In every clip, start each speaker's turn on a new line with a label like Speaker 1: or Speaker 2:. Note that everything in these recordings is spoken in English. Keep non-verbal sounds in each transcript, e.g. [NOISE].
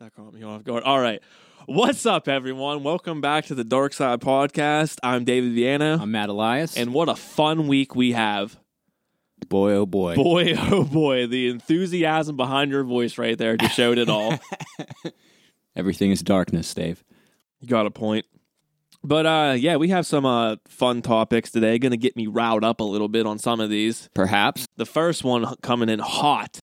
Speaker 1: That caught me off guard. All right. What's up, everyone? Welcome back to the Dark Side Podcast. I'm David Viana.
Speaker 2: I'm Matt Elias,
Speaker 1: And what a fun week we have.
Speaker 2: boy, oh boy,
Speaker 1: Boy, [LAUGHS] oh boy, the enthusiasm behind your voice right there just showed it
Speaker 2: [LAUGHS]
Speaker 1: all.
Speaker 2: everything is darkness, Dave.
Speaker 1: You got a point. But uh, yeah, we have some uh, fun topics today. Going to get me riled up a little bit on some of these.
Speaker 2: Perhaps
Speaker 1: The first one h- coming in hot.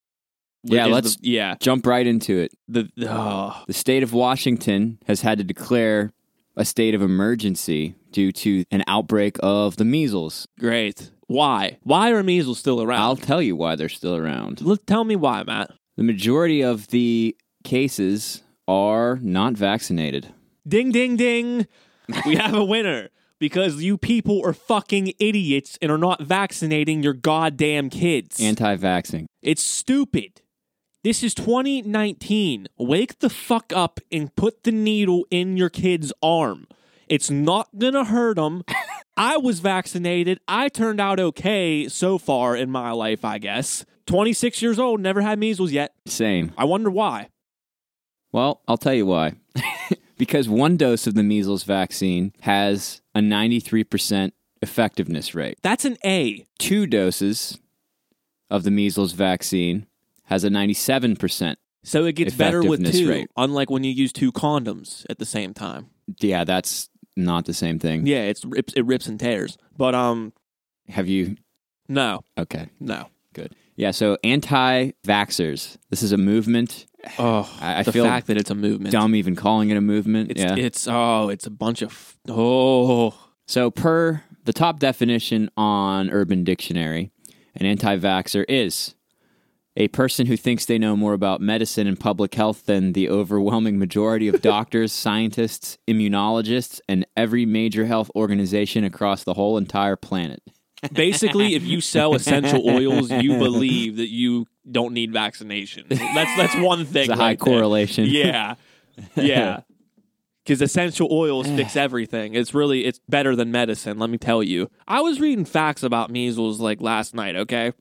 Speaker 2: Yeah,
Speaker 1: is the-
Speaker 2: let's-
Speaker 1: yeah.
Speaker 2: jump right into it.
Speaker 1: The, the- oh,
Speaker 2: The state of Washington has had to declare a state of emergency due to an outbreak of the measles.
Speaker 1: great. Why? Why are measles still
Speaker 2: I'll
Speaker 1: around?
Speaker 2: tell you why they're still around.
Speaker 1: Let, tell me why, Matt.
Speaker 2: The majority of the cases are not vaccinated.
Speaker 1: Ding, ding, ding. We have a winner because you people are fucking idiots and are not vaccinating your goddamn kids.
Speaker 2: Anti-vaxxing.
Speaker 1: It's stupid. This is 2019. Wake the fuck up and put the needle in your kid's arm. It's not gonna hurt them. I was vaccinated. I turned out okay so far in my life, I guess. 26 years old, never had measles yet.
Speaker 2: Same.
Speaker 1: I wonder why.
Speaker 2: Well, I'll tell you why. [LAUGHS] because one dose of the measles vaccine has a 93% effectiveness rate.
Speaker 1: That's an A.
Speaker 2: two doses of the measles vaccine has a 97%.
Speaker 1: So it gets better with
Speaker 2: Effectiveness
Speaker 1: two,
Speaker 2: rate.
Speaker 1: unlike when you use two condoms at the same time.
Speaker 2: Yeah, that's not the same thing.
Speaker 1: Yeah, it's rips, it rips and tears. But um,
Speaker 2: Have you?
Speaker 1: no,
Speaker 2: Okay,
Speaker 1: no.
Speaker 2: good. Yeah, so anti vaxxers. This is a movement.
Speaker 1: [SIGHS] Oh,
Speaker 2: I- I
Speaker 1: the
Speaker 2: feel
Speaker 1: fact that it's a movement.
Speaker 2: Dumb even calling it a movement.
Speaker 1: It's
Speaker 2: yeah.
Speaker 1: it's oh, it's a bunch of f- oh.
Speaker 2: So, per the top definition on Urban Dictionary, an anti vaxxer is a person who thinks they know more about medicine and public health than the overwhelming majority of doctors, scientists, immunologists, and every major health organization across the whole entire planet.
Speaker 1: Basically, if you
Speaker 2: [LAUGHS]
Speaker 1: sell essential oils, you believe that you don't need vaccination. That's that's one thing.
Speaker 2: It's a high
Speaker 1: right there.
Speaker 2: correlation.
Speaker 1: Yeah, [LAUGHS] yeah. Because essential oils fix everything. It's really it's better than medicine. Let me tell you. I was reading facts about measles like last night. Okay,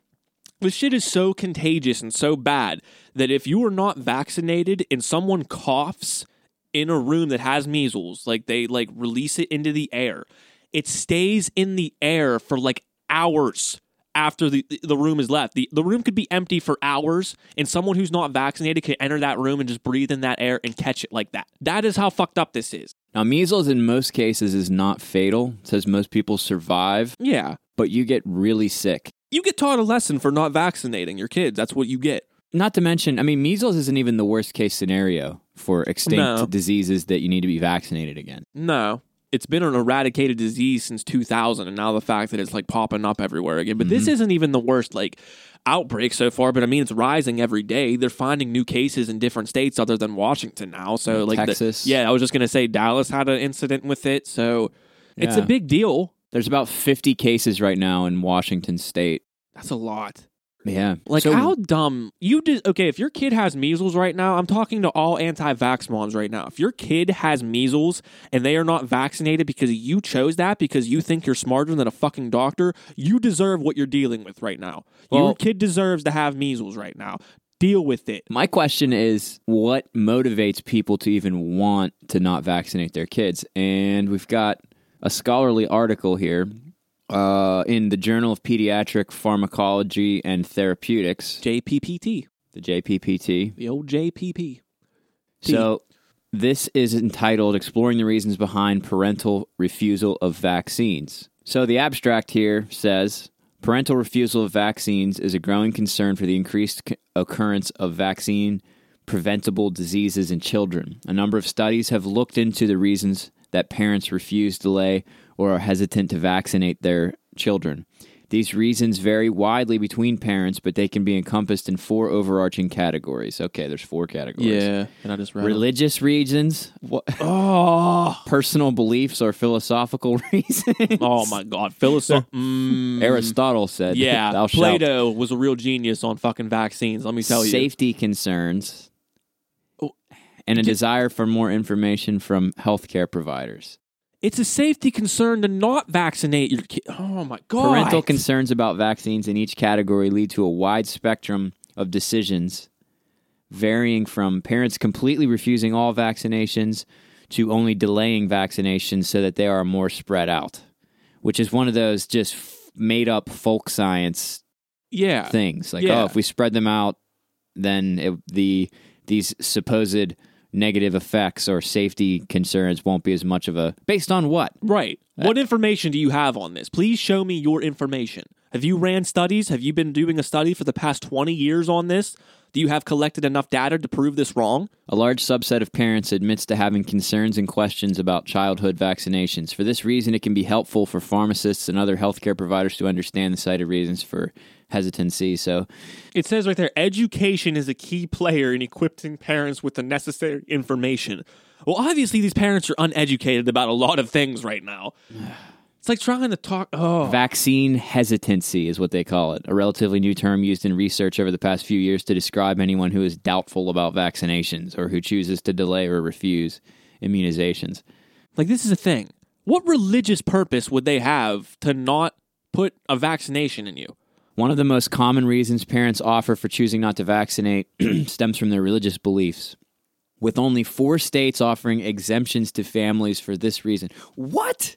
Speaker 1: this shit is so contagious and so bad that if you are not vaccinated and someone coughs in a room that has measles, like they like release it into the air, it stays in the air for like hours after the the room is left. The the room could be empty for hours and someone who's not vaccinated could enter that room and just breathe in that air and catch it like that. That is how fucked up this is.
Speaker 2: [LAUGHS] Now, measles in most cases is not fatal, it says most people survive,
Speaker 1: Yeah.
Speaker 2: but you get really sick.
Speaker 1: You get taught a lesson for not vaccinating your kids. That's what you get.
Speaker 2: Not to mention, I mean, measles isn't even the worst case scenario for extinct
Speaker 1: No.
Speaker 2: diseases that you need to be vaccinated again.
Speaker 1: No. It's been an eradicated disease since 2000, and now the fact that it's like popping up everywhere again. But
Speaker 2: Mm-hmm.
Speaker 1: this isn't even the worst like outbreak so far. But I mean, it's rising every day. They're finding new cases in different states other than Washington now. So like the-
Speaker 2: Texas.
Speaker 1: yeah, I was just gonna say Dallas had an incident with it. So it's a
Speaker 2: Yeah.
Speaker 1: big deal.
Speaker 2: There's about 50 cases right now in Washington state.
Speaker 1: That's a lot.
Speaker 2: Yeah.
Speaker 1: Like
Speaker 2: So-
Speaker 1: how dumb you just okay. If your kid has measles right now, I'm talking to all anti-vax moms right now. If your kid has measles and they are not vaccinated because you chose that because you think you're smarter than a fucking doctor, you deserve what you're dealing with right now. your
Speaker 2: Well-
Speaker 1: kid deserves to have measles right now. Deal with it.
Speaker 2: My question is what motivates people to even want to not vaccinate their kids? And we've got a scholarly article here uh, in the Journal of Pediatric Pharmacology and Therapeutics,
Speaker 1: JPPT,
Speaker 2: the JPPT.
Speaker 1: the old JPP.
Speaker 2: So this is entitled Exploring the Reasons Behind Parental Refusal of Vaccines. So the abstract here says parental refusal of vaccines is a growing concern for the increased c- occurrence of vaccine preventable diseases in children. A number of studies have looked into the reasons that parents refuse, delay, or are hesitant to vaccinate their children. These reasons vary widely between parents, but they can be encompassed in four overarching categories. Okay, there's four categories
Speaker 1: and I just read.
Speaker 2: religious reasons, wha-
Speaker 1: Oh,
Speaker 2: [LAUGHS] personal beliefs, or philosophical [LAUGHS] reasons.
Speaker 1: oh my God, Philosoph. mm,
Speaker 2: Aristotle said,
Speaker 1: yeah,
Speaker 2: thou
Speaker 1: Plato was a real genius on fucking vaccines. Let me
Speaker 2: shalt
Speaker 1: tell you.
Speaker 2: safety concerns,
Speaker 1: Oh,
Speaker 2: and a desire for more information from healthcare providers.
Speaker 1: It's a safety concern to not vaccinate your kid. Oh my god!
Speaker 2: Parental concerns about vaccines in each category lead to a wide spectrum of decisions varying from parents completely refusing all vaccinations to only delaying vaccinations so that they are more spread out, which is one of those just f- made up folk science
Speaker 1: Yeah.
Speaker 2: things. Like,
Speaker 1: Yeah.
Speaker 2: oh, if we spread them out, then it, the these supposed negative effects or safety concerns won't be as much of a based on what
Speaker 1: Right. What information do you have on this? Please show me your information. Have you ran studies? Have you been doing a study for the past 20 years on this? Do you have collected enough data to prove this wrong?
Speaker 2: A large subset of parents admits to having concerns and questions about childhood vaccinations. For this reason, it can be helpful for pharmacists and other healthcare providers to understand the cited reasons for hesitancy. So,
Speaker 1: It says right there education is a key player in equipping parents with the necessary information. Well, obviously, these parents are uneducated about a lot of things right now. [SIGHS] It's like trying to talk. Oh,
Speaker 2: vaccine hesitancy is what they call it, a relatively new term used in research over the past few years to describe anyone who is doubtful about vaccinations or who chooses to delay or refuse immunizations.
Speaker 1: like this is a thing. What religious purpose would they have to not put a vaccination in you?
Speaker 2: One of the most common reasons parents offer for choosing not to vaccinate [CLEARS THROAT] stems from their religious beliefs, with only four states offering exemptions to families for this reason. What?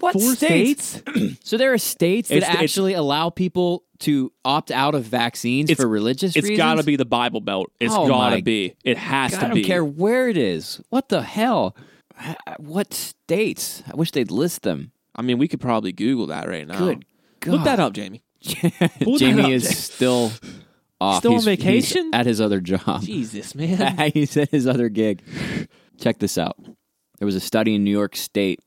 Speaker 2: What
Speaker 1: Four
Speaker 2: states?
Speaker 1: states?
Speaker 2: So there are states that
Speaker 1: It's- it's-
Speaker 2: actually allow people to opt out of vaccines
Speaker 1: It's-
Speaker 2: for religious
Speaker 1: It's
Speaker 2: reasons.
Speaker 1: got to be the Bible Belt. It's
Speaker 2: Oh
Speaker 1: got
Speaker 2: my
Speaker 1: to be. It has
Speaker 2: God,
Speaker 1: to
Speaker 2: I don't
Speaker 1: be.
Speaker 2: care where it is. What the hell? H- What states? I wish they'd list them.
Speaker 1: I mean, we could probably Google that right now.
Speaker 2: Good God.
Speaker 1: Look
Speaker 2: [LAUGHS]
Speaker 1: that up, Jamie. Pull that
Speaker 2: Jamie
Speaker 1: up,
Speaker 2: is
Speaker 1: Jamie. [LAUGHS]
Speaker 2: still off.
Speaker 1: Still on
Speaker 2: He's- he's
Speaker 1: vacation?
Speaker 2: at his other job.
Speaker 1: Jesus, [LAUGHS] man.
Speaker 2: [LAUGHS] he's at his other gig. Check this out. There was a study in New York State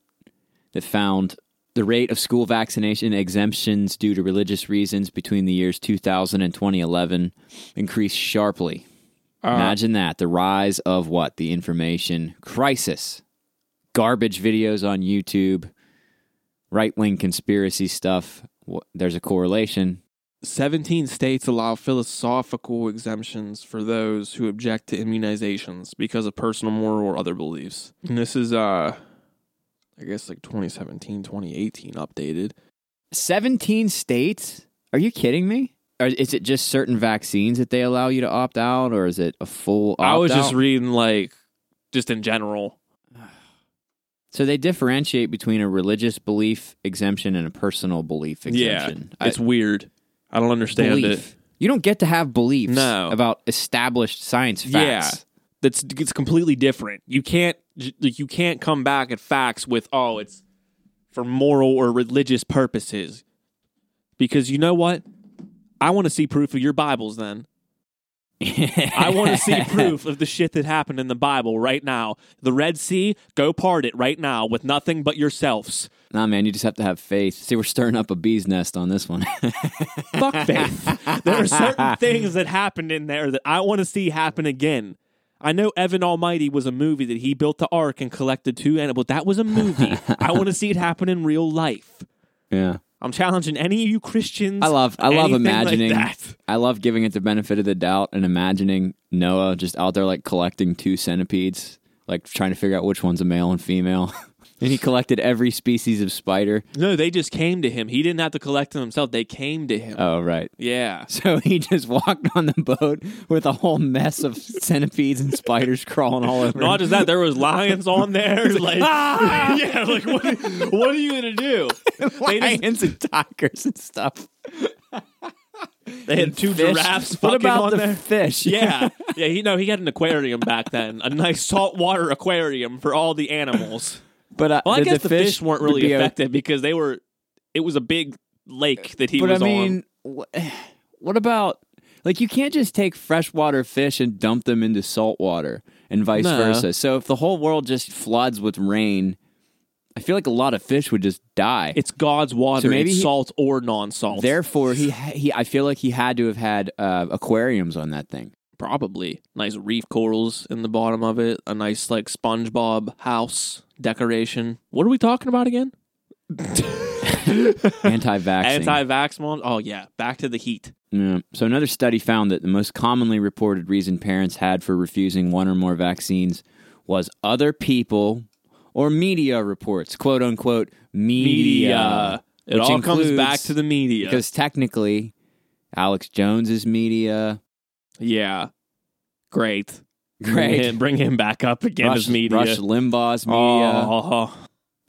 Speaker 2: that found the rate of school vaccination exemptions due to religious reasons between the years 2000 and 2011 increased sharply. Imagine that. The rise of what? The information crisis. Garbage videos on YouTube, right wing conspiracy stuff. Wh- There's a correlation.
Speaker 1: 17 states allow philosophical exemptions for those who object to immunizations because of personal, moral, or other beliefs. And this is, uh, I guess, like 2017, 2018 updated.
Speaker 2: 17 states? Are you kidding me? Or is it just certain vaccines that they allow you to opt out, or is it a full opt out?
Speaker 1: I was just reading, like, just in general.
Speaker 2: so they differentiate between a religious belief exemption and a personal belief exemption.
Speaker 1: Yeah. It's weird. I don't
Speaker 2: I,
Speaker 1: understand it.
Speaker 2: belief. You don't get to have beliefs
Speaker 1: No.
Speaker 2: about established science facts.
Speaker 1: that's it's completely different. You can't j- like you can't come back at facts with oh it's for moral or religious purposes because you know what I want to see proof of your Bibles then. I want to see
Speaker 2: [LAUGHS]
Speaker 1: proof of the shit that happened in the Bible right now. The Red Sea, go part it right now with nothing but yourselves.
Speaker 2: Nah, man, you just have to have faith. See, we're stirring up a bee's nest on this one. [LAUGHS]
Speaker 1: Fuck faith. there are certain things that happened in there that I want to see happen again. I know Evan Almighty was a movie that he built the ark and collected two animals. That was a
Speaker 2: [LAUGHS]
Speaker 1: movie. I want to see it happen in real life.
Speaker 2: yeah.
Speaker 1: I'm challenging any of you Christians. [LAUGHS]
Speaker 2: I love I love
Speaker 1: anything
Speaker 2: imagining
Speaker 1: like that.
Speaker 2: I love giving it the benefit of the doubt and imagining Noah just out there like collecting two centipedes, like trying to figure out which one's a male and female. [LAUGHS] and he collected every species of spider.
Speaker 1: No, they just came to him. He didn't have to collect them himself. They came to him.
Speaker 2: Oh right. [LAUGHS]
Speaker 1: yeah.
Speaker 2: So he just walked on the boat with a whole mess of centipedes and spiders crawling all over.
Speaker 1: Not
Speaker 2: him.
Speaker 1: just that, there was lions on
Speaker 2: [LAUGHS]
Speaker 1: there. like,
Speaker 2: "Ah!"
Speaker 1: [LAUGHS] yeah, like what? What are you gonna
Speaker 2: [LAUGHS]
Speaker 1: do? They just
Speaker 2: lions and tigers and stuff.
Speaker 1: They had two
Speaker 2: Fish.
Speaker 1: giraffes fucking
Speaker 2: What about
Speaker 1: on
Speaker 2: the
Speaker 1: there.
Speaker 2: fish?
Speaker 1: [LAUGHS] Yeah, yeah. He no, he had an aquarium back then, a nice saltwater aquarium for all the animals.
Speaker 2: But uh,
Speaker 1: Well, I
Speaker 2: did
Speaker 1: guess the fish, weren't really
Speaker 2: would be o-
Speaker 1: affected because they were. It was a big lake that he
Speaker 2: but I
Speaker 1: was
Speaker 2: mean, wh- [SIGHS] what about like you can't just take freshwater fish and dump them into saltwater and vice
Speaker 1: No.
Speaker 2: versa. So if the whole world just floods with rain, I feel like a lot of fish would just die.
Speaker 1: on. It's God's water.
Speaker 2: So maybe
Speaker 1: it's
Speaker 2: he-
Speaker 1: salt or non-salt.
Speaker 2: Therefore, he ha- he I feel like he had to have had uh, aquariums on that
Speaker 1: [LAUGHS]
Speaker 2: thing.
Speaker 1: probably nice reef corals in the bottom of it. A nice like SpongeBob house decoration. What are we talking about
Speaker 2: [LAUGHS]
Speaker 1: again?
Speaker 2: Anti-vaxxing.
Speaker 1: Anti-vax mon. Oh yeah, back to the heat.
Speaker 2: Yeah. So another study found that the most commonly reported reason parents had for refusing one or more vaccines was other people or media reports, quote unquote media.
Speaker 1: It
Speaker 2: which
Speaker 1: all comes
Speaker 2: includes-
Speaker 1: back to the media.
Speaker 2: Because technically, Alex Jones is media.
Speaker 1: Yeah. Great. [LAUGHS] Bring [LAUGHS]
Speaker 2: Great.
Speaker 1: him, bring him back up again
Speaker 2: Rush,
Speaker 1: as media.
Speaker 2: Rush Limbaugh's media.
Speaker 1: Oh,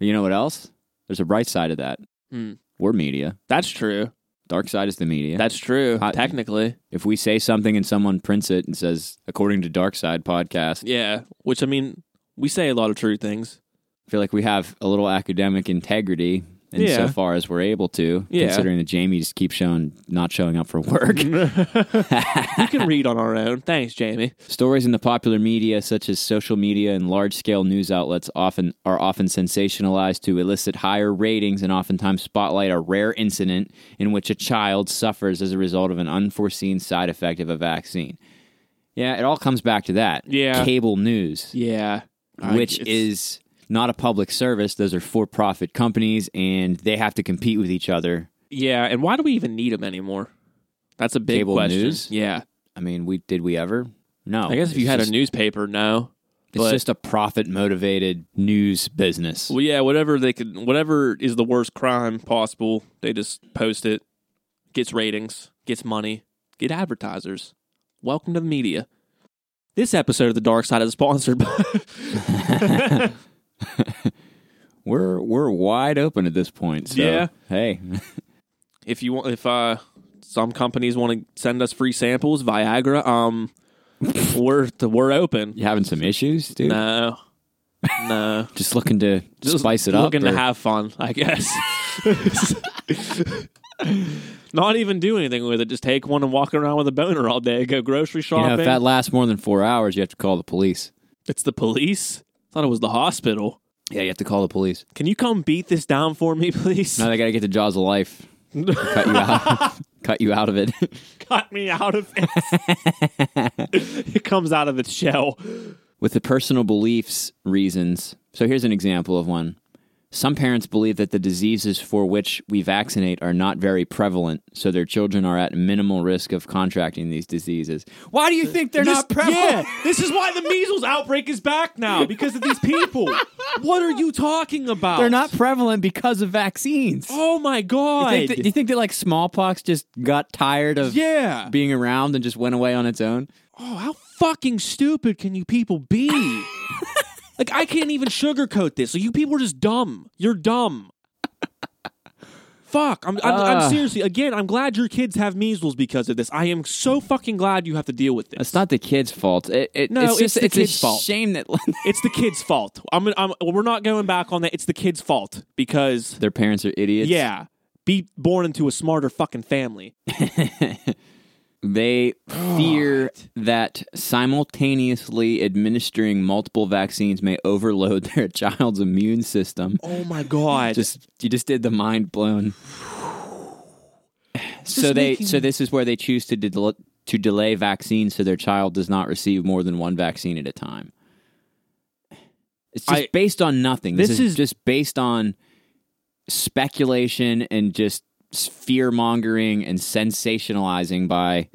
Speaker 2: You know what else? There's a bright side of that.
Speaker 1: Hmm.
Speaker 2: We're media.
Speaker 1: that's true.
Speaker 2: Dark side is the media.
Speaker 1: That's true.
Speaker 2: Hot-
Speaker 1: technically,
Speaker 2: if we say something and someone prints it and says, according to Dark Side podcast,
Speaker 1: yeah. Which I mean, we say a lot of true [LAUGHS] things.
Speaker 2: I feel like we have a little academic integrity in
Speaker 1: Yeah.
Speaker 2: so far as we're able to,
Speaker 1: Yeah.
Speaker 2: considering that Jamie just keeps showing not showing up for work.
Speaker 1: we can read on our own. Thanks, Jamie.
Speaker 2: Stories in the popular media, such as social media and large-scale news outlets, often are often sensationalized to elicit higher ratings and oftentimes spotlight a rare incident in which a child suffers as a result of an unforeseen side effect of a vaccine. Yeah, it all comes back to that.
Speaker 1: Yeah.
Speaker 2: cable news,
Speaker 1: Yeah,
Speaker 2: which
Speaker 1: It's-
Speaker 2: is not a public service; those are for-profit companies, and they have to compete with each other.
Speaker 1: yeah. And why do we even need them anymore? That's a big
Speaker 2: Cable
Speaker 1: question.
Speaker 2: news?
Speaker 1: Yeah,
Speaker 2: I mean, we did we ever? No,
Speaker 1: I guess if
Speaker 2: It's
Speaker 1: you had
Speaker 2: just-
Speaker 1: a newspaper, no.
Speaker 2: it's just a profit-motivated news business.
Speaker 1: Well, yeah, whatever they could, whatever is the worst crime possible, they just post it, gets ratings, gets money, get advertisers. Welcome to the media. This episode of the Dark Side is sponsored by.
Speaker 2: We're we're wide open at this point. So
Speaker 1: Yeah.
Speaker 2: hey,
Speaker 1: [LAUGHS]
Speaker 2: [LAUGHS]
Speaker 1: if you want, if uh, some companies want to send us free samples, Viagra, um, [LAUGHS] we're we're
Speaker 2: [LAUGHS]
Speaker 1: open.
Speaker 2: you having some issues, dude?
Speaker 1: No, no.
Speaker 2: Just looking to spice it up.
Speaker 1: Looking
Speaker 2: or-
Speaker 1: to have fun, I guess. Not even do anything with it. Just take one and walk around with a boner all day. Go grocery
Speaker 2: you know,
Speaker 1: shopping.
Speaker 2: if that lasts more than four hours, you have to call the police.
Speaker 1: it's the police. Thought it was the hospital.
Speaker 2: Yeah, you have to call the police.
Speaker 1: Can you come beat this down for me, [LAUGHS] please?
Speaker 2: Now they got to get the jaws of life. Cut you [LAUGHS] out. Cut you out of it.
Speaker 1: Cut me out of it.
Speaker 2: [LAUGHS]
Speaker 1: it comes out of its shell.
Speaker 2: With the personal beliefs reasons. So here's an example of one. Some parents believe that the diseases for which we vaccinate are not very prevalent, so their children are at minimal risk of contracting these diseases. Why do you think they're not
Speaker 1: This-
Speaker 2: prevalent?
Speaker 1: Yeah, this is why the measles outbreak is back now because of these people. what are you talking about?
Speaker 2: They're not prevalent because of vaccines.
Speaker 1: Oh my god.
Speaker 2: Do you, think that, you think that like smallpox just got tired of
Speaker 1: yeah.
Speaker 2: being around and just went away on its own?
Speaker 1: Oh, how fucking stupid can you people [LAUGHS] be? like, I can't even sugarcoat this. So you people are just dumb. You're dumb. Fuck. I'm, I'm, I'm
Speaker 2: Ah.
Speaker 1: seriously, again, I'm glad your kids have measles because of this. I am so fucking glad you have to deal with this.
Speaker 2: It's not the kids' fault. It, it,
Speaker 1: No,
Speaker 2: it's,
Speaker 1: it's
Speaker 2: just
Speaker 1: the
Speaker 2: it's
Speaker 1: kids'
Speaker 2: a
Speaker 1: fault.
Speaker 2: shame that [LAUGHS]
Speaker 1: It's the kids' fault. I'm, I'm, we're not going back on that. It's the kids' fault because,
Speaker 2: their parents are idiots.
Speaker 1: yeah, be born into a smarter fucking family.
Speaker 2: They fear that simultaneously administering multiple vaccines may overload their [LAUGHS] child's immune system.
Speaker 1: Oh my God.
Speaker 2: Just you just did the mind blown. so
Speaker 1: Just
Speaker 2: they
Speaker 1: making-
Speaker 2: so this is where they choose to del- to delay vaccines so their child does not receive more than one vaccine at a time. It's just
Speaker 1: I-
Speaker 2: based on nothing. This,
Speaker 1: This
Speaker 2: is,
Speaker 1: is-
Speaker 2: just based on speculation and just fear mongering and sensationalizing by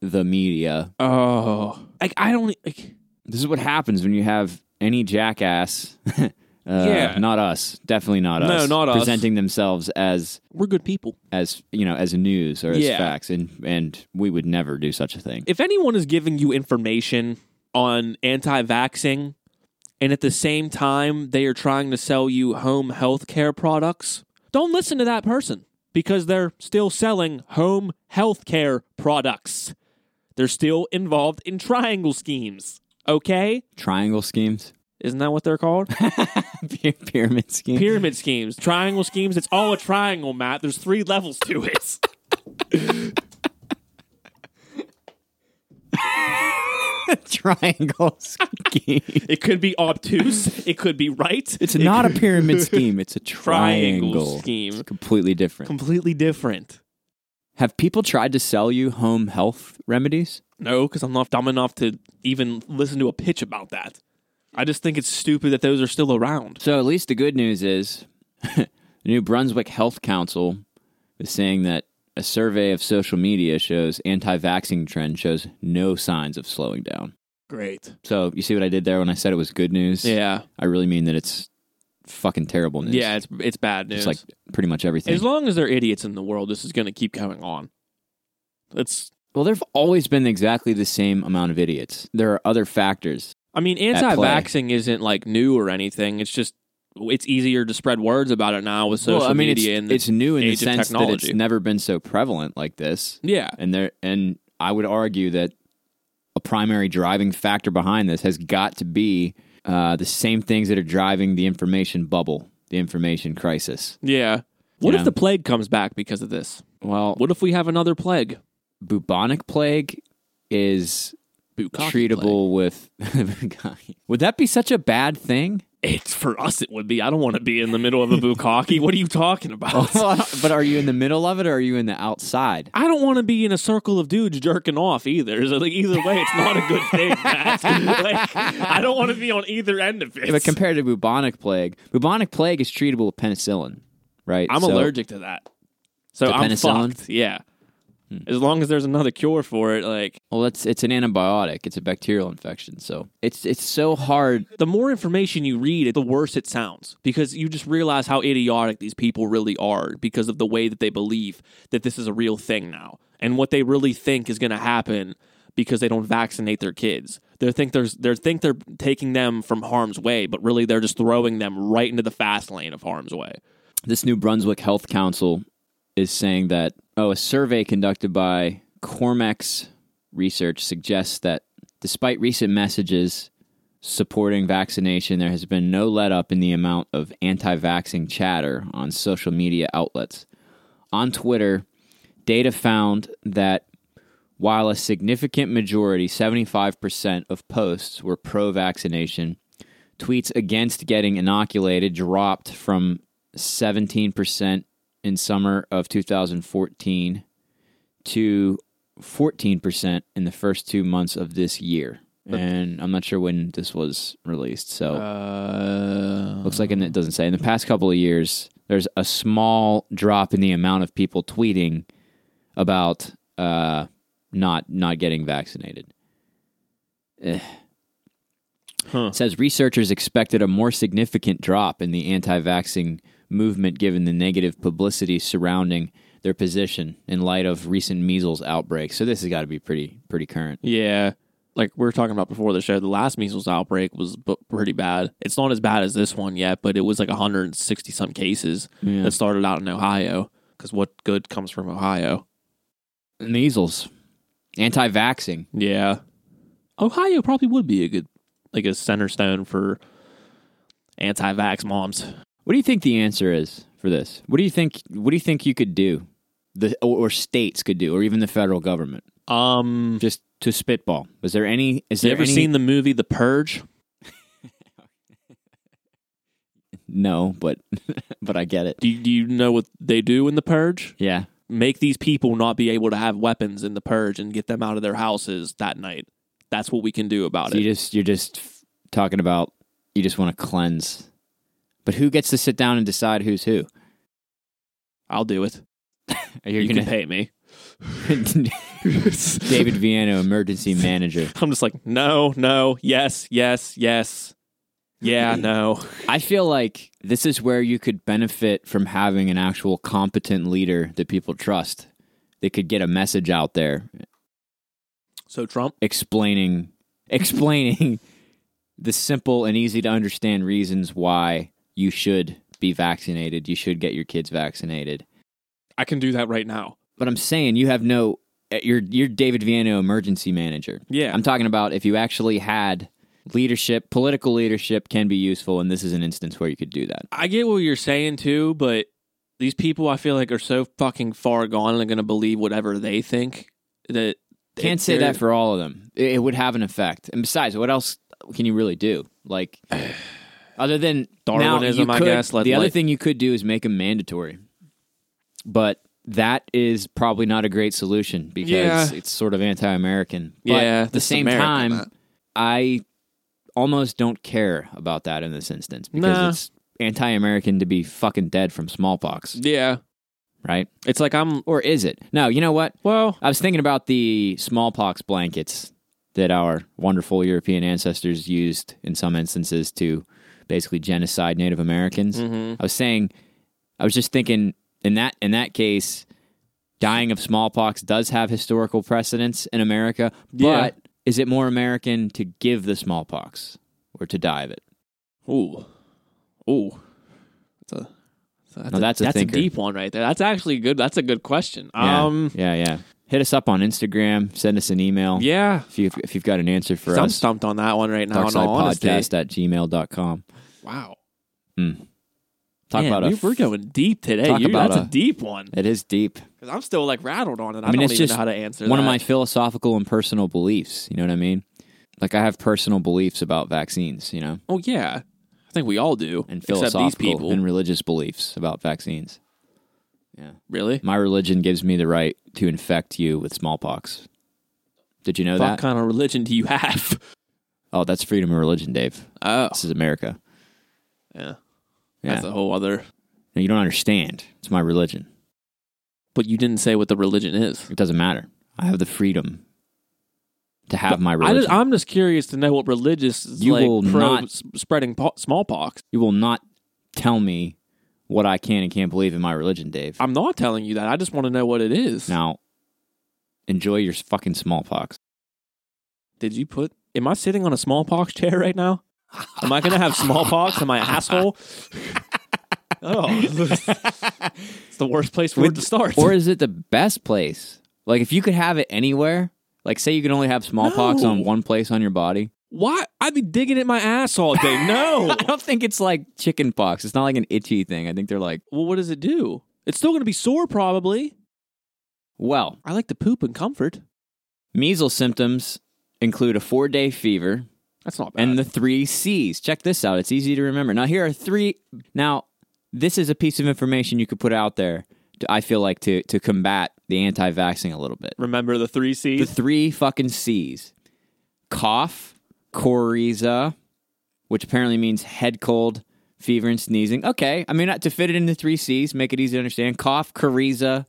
Speaker 2: the media.
Speaker 1: oh. Like, I don't. Like,
Speaker 2: This is what happens when you have any jackass. [LAUGHS] uh,
Speaker 1: Yeah.
Speaker 2: not us. Definitely not us.
Speaker 1: No, not us.
Speaker 2: Presenting themselves as
Speaker 1: we're good people.
Speaker 2: as you know as news or as
Speaker 1: Yeah.
Speaker 2: facts and and we would never do such a thing
Speaker 1: if anyone is giving you information on anti-vaxxing and at the same time they are trying to sell you home healthcare products, don't listen to that person because they're still selling home healthcare products. They're still involved in triangle schemes. Okay?
Speaker 2: triangle schemes [LAUGHS]
Speaker 1: Isn't that what they're called?
Speaker 2: Py- pyramid schemes
Speaker 1: Pyramid schemes, triangle schemes. It's all a triangle, Matt. There's three levels to it. [LAUGHS]
Speaker 2: [LAUGHS] triangle scheme
Speaker 1: It could be obtuse. It could be right.
Speaker 2: it's not a pyramid scheme it's a
Speaker 1: triangle
Speaker 2: [LAUGHS] triangle,
Speaker 1: scheme.
Speaker 2: It's completely different
Speaker 1: completely different.
Speaker 2: have people tried to sell you home health remedies
Speaker 1: No, because I'm not dumb enough to even listen to a pitch about that. I just think it's stupid that those are still around.
Speaker 2: so at least the good news is [LAUGHS] the new brunswick health council is saying that a survey of social media shows anti-vaxxing trend shows no signs of slowing down
Speaker 1: Great.
Speaker 2: so you see what i did there when i said it was good news
Speaker 1: Yeah.
Speaker 2: I really mean that it's fucking terrible news.
Speaker 1: Yeah, it's it's bad news.
Speaker 2: It's like pretty much everything.
Speaker 1: as long as there are idiots in the world, this is going to keep going on. It's
Speaker 2: Well, there've always been exactly the same amount of idiots. There are other factors.
Speaker 1: I mean, anti-vaxxing isn't like new or anything. It's just it's easier to spread words about it now with social
Speaker 2: well, I mean,
Speaker 1: media
Speaker 2: it's,
Speaker 1: and the,
Speaker 2: it's new in the
Speaker 1: age of
Speaker 2: sense that it's
Speaker 1: technology.
Speaker 2: never been so prevalent like this.
Speaker 1: yeah.
Speaker 2: And there, and I would argue that a primary driving factor behind this has got to be uh, the same things that are driving the information bubble, the information crisis.
Speaker 1: Yeah. What
Speaker 2: Yeah.
Speaker 1: if the plague comes back because of this?
Speaker 2: Well,
Speaker 1: What if we have another plague?
Speaker 2: bubonic plague is
Speaker 1: Bukkake plague.
Speaker 2: treatable [LAUGHS] with. would that be such a bad [LAUGHS] thing?
Speaker 1: It's for us. It would be. I don't want to be in the middle of a bukkake. what are you talking
Speaker 2: [LAUGHS]
Speaker 1: about?
Speaker 2: but are you in the middle of it or are you in the outside?
Speaker 1: I don't want to be in a circle of dudes jerking off either. So like either way, it's not a good thing. [LAUGHS] Matt. like, I don't want to be on either end of
Speaker 2: But
Speaker 1: it.
Speaker 2: compared to bubonic plague, bubonic plague is treatable with penicillin, right?
Speaker 1: I'm
Speaker 2: So-
Speaker 1: allergic to that, so
Speaker 2: To
Speaker 1: I'm
Speaker 2: penicillin?
Speaker 1: fucked. Yeah. As long as there's another cure for it, like
Speaker 2: Well, it's it's an antibiotic. It's a bacterial infection, so it's it's so hard.
Speaker 1: the more information you read, the worse it sounds because you just realize how idiotic these people really are because of the way that they believe that this is a real thing now and what they really think is going to happen because they don't vaccinate their kids. They think there's they think they're taking them from harm's way, but really they're just throwing them right into the fast lane of harm's way.
Speaker 2: This New Brunswick Health Council is saying that oh, a survey conducted by Cormex Research suggests that despite recent messages supporting vaccination, there has been no let up in the amount of anti-vaxxing chatter on social media outlets. On Twitter, data found that while a significant majority, 75% of posts were pro vaccination, tweets against getting inoculated dropped from 17% in summer of 2014 to 14% in the first two months of this year. And I'm not sure when this was released. So
Speaker 1: Uh,
Speaker 2: looks like in, it doesn't say. In the past couple of years, there's a small drop in the amount of people tweeting about uh, not not getting vaccinated. Eh.
Speaker 1: Huh.
Speaker 2: It says researchers expected a more significant drop in the anti-vaxxing movement given the negative publicity surrounding their position in light of recent measles outbreaks. So this has got to be pretty pretty current.
Speaker 1: Yeah. Like we were talking about before the show, the last measles outbreak was b- pretty bad. It's not as bad as this one yet, but it was like 160 some cases that started out in Ohio. Because what good comes from Ohio?
Speaker 2: Measles, anti-vaxxing.
Speaker 1: Yeah. Ohio probably would be a good, like a center stone for anti vax moms.
Speaker 2: What do you think the answer is for this? What do you think? What do you think you could do, the or, or states could do, or even the federal government,
Speaker 1: Um,
Speaker 2: just to spitball? Is there any? Is
Speaker 1: you
Speaker 2: there
Speaker 1: ever
Speaker 2: any-
Speaker 1: seen the movie The Purge?
Speaker 2: No, but [LAUGHS] but I get it.
Speaker 1: Do you, do you know what they do in The Purge?
Speaker 2: Yeah,
Speaker 1: make these people not be able to have weapons in the purge and get them out of their houses that night. That's what we can do about
Speaker 2: so you
Speaker 1: it.
Speaker 2: just you're just f- talking about you just want to cleanse, but who gets to sit down and decide who's who?
Speaker 1: I'll do it.
Speaker 2: Are
Speaker 1: You're
Speaker 2: you
Speaker 1: you
Speaker 2: gonna
Speaker 1: can pay me. [LAUGHS]
Speaker 2: [LAUGHS] David Viano, emergency manager?
Speaker 1: I'm just like, no, no, yes, yes, yes. [CLEARS THROAT] Yeah, no.
Speaker 2: I feel like this is where you could benefit from having an actual competent leader that people trust. That could get a message out there
Speaker 1: So Trump,
Speaker 2: explaining [LAUGHS] explaining the simple and easy to understand reasons why you should be vaccinated, you should get your kids vaccinated.
Speaker 1: I can do that right now.
Speaker 2: But I'm saying you have no eh, you're you're David Viano emergency manager.
Speaker 1: Yeah.
Speaker 2: I'm talking about if you actually had leadership, political leadership can be useful and this is an instance where you could do that.
Speaker 1: I get what you're saying too, but these people I feel like are so fucking far gone and are gonna believe whatever they think that
Speaker 2: Can't say that for all of them. It, it would have an effect. And besides, what else can you really do? Like [SIGHS] other than now, you
Speaker 1: Darwinism, I
Speaker 2: could-
Speaker 1: guess, let-
Speaker 2: the other
Speaker 1: let-
Speaker 2: thing you could do is make them mandatory. But that is probably not a great solution because
Speaker 1: Yeah.
Speaker 2: it's sort of anti-American. But
Speaker 1: Yeah,
Speaker 2: at the
Speaker 1: this is
Speaker 2: same
Speaker 1: America,
Speaker 2: time,
Speaker 1: Matt.
Speaker 2: I almost don't care about that in this instance because
Speaker 1: Nah.
Speaker 2: it's anti-American to be fucking dead from smallpox,
Speaker 1: Yeah.
Speaker 2: right?
Speaker 1: It's like I'm
Speaker 2: Or is it? No, you know what?
Speaker 1: well
Speaker 2: I was thinking about the smallpox blankets that our wonderful European ancestors used in some instances to basically genocide Native
Speaker 1: Mm-hmm.
Speaker 2: Americans. I was saying, I was just thinking in that in that case, dying of smallpox does have historical precedence in America, but
Speaker 1: Yeah.
Speaker 2: is it more American to give the smallpox or to die of it?
Speaker 1: Ooh, ooh, that's a that's,
Speaker 2: No, that's a
Speaker 1: that's a
Speaker 2: thinker.
Speaker 1: deep one right there. That's actually good. That's a good question.
Speaker 2: Yeah,
Speaker 1: Um,
Speaker 2: yeah, yeah. Hit us up on Instagram. Send us an email.
Speaker 1: yeah,
Speaker 2: If, you, if you've got an answer for
Speaker 1: 'Cause I'm
Speaker 2: us,
Speaker 1: stumped on that one right now. In all honesty,
Speaker 2: darksidepodcast at gmail.com.
Speaker 1: wow.
Speaker 2: Talk
Speaker 1: Man,
Speaker 2: about
Speaker 1: we,
Speaker 2: a
Speaker 1: we're going deep today.
Speaker 2: talk
Speaker 1: You-
Speaker 2: about
Speaker 1: that's a,
Speaker 2: a-
Speaker 1: deep one
Speaker 2: It is deep.
Speaker 1: because I'm still like rattled on it. I,
Speaker 2: mean,
Speaker 1: don't
Speaker 2: it's
Speaker 1: even
Speaker 2: just
Speaker 1: know how to answer.
Speaker 2: One of
Speaker 1: that.
Speaker 2: my philosophical and personal beliefs. You know what I mean? Like I have personal beliefs about vaccines. You know,
Speaker 1: oh yeah, I think we all do.
Speaker 2: and
Speaker 1: except these
Speaker 2: philosophical
Speaker 1: people,
Speaker 2: and religious beliefs about vaccines.
Speaker 1: really.
Speaker 2: My religion gives me the right to infect you with smallpox. Did you know
Speaker 1: What
Speaker 2: that?
Speaker 1: kind of religion do you have? [LAUGHS]
Speaker 2: Oh, that's freedom of religion, Dave.
Speaker 1: Oh,
Speaker 2: This is America.
Speaker 1: yeah.
Speaker 2: Yeah,
Speaker 1: That's a whole other.
Speaker 2: No, you don't understand. It's my religion.
Speaker 1: But you didn't say what the religion is.
Speaker 2: It doesn't matter. I have the freedom to have my
Speaker 1: I
Speaker 2: religion.
Speaker 1: am just curious to know what religious is
Speaker 2: You
Speaker 1: like
Speaker 2: will
Speaker 1: pro
Speaker 2: not-
Speaker 1: s- spreading po- smallpox.
Speaker 2: you will not tell me what I can and can't believe in my religion, Dave.
Speaker 1: I'm not telling you that. I just want to know what it is.
Speaker 2: Now, enjoy your fucking smallpox.
Speaker 1: Did you put? Am I sitting on a smallpox [LAUGHS] chair right now? Am I gonna have smallpox? Am I an
Speaker 2: [LAUGHS]
Speaker 1: asshole? oh, it's the worst place for it to start.
Speaker 2: or is it the best place? Like, if you could have it anywhere, like, say you can only have smallpox
Speaker 1: No.
Speaker 2: on one place on your body. [LAUGHS]
Speaker 1: Why? I'd be digging at my ass all day. No.
Speaker 2: I don't think it's like chicken pox. It's not like an itchy thing. I think they're like,
Speaker 1: well, what does it do? It's still gonna be sore, probably.
Speaker 2: well,
Speaker 1: I like to poop in comfort.
Speaker 2: measles symptoms include a four day fever,
Speaker 1: That's not bad.
Speaker 2: and the three C's. Check this out. It's easy to remember. Now, here are three. Now, this is a piece of information you could put out there, to, I feel like, to, to combat the anti vaxxing a little bit.
Speaker 1: Remember the three
Speaker 2: The
Speaker 1: C's.
Speaker 2: three fucking C's cough, coryza, which apparently means head cold, fever, and sneezing. Okay. I mean, not to fit it into three C's, make it easy to understand cough, coryza,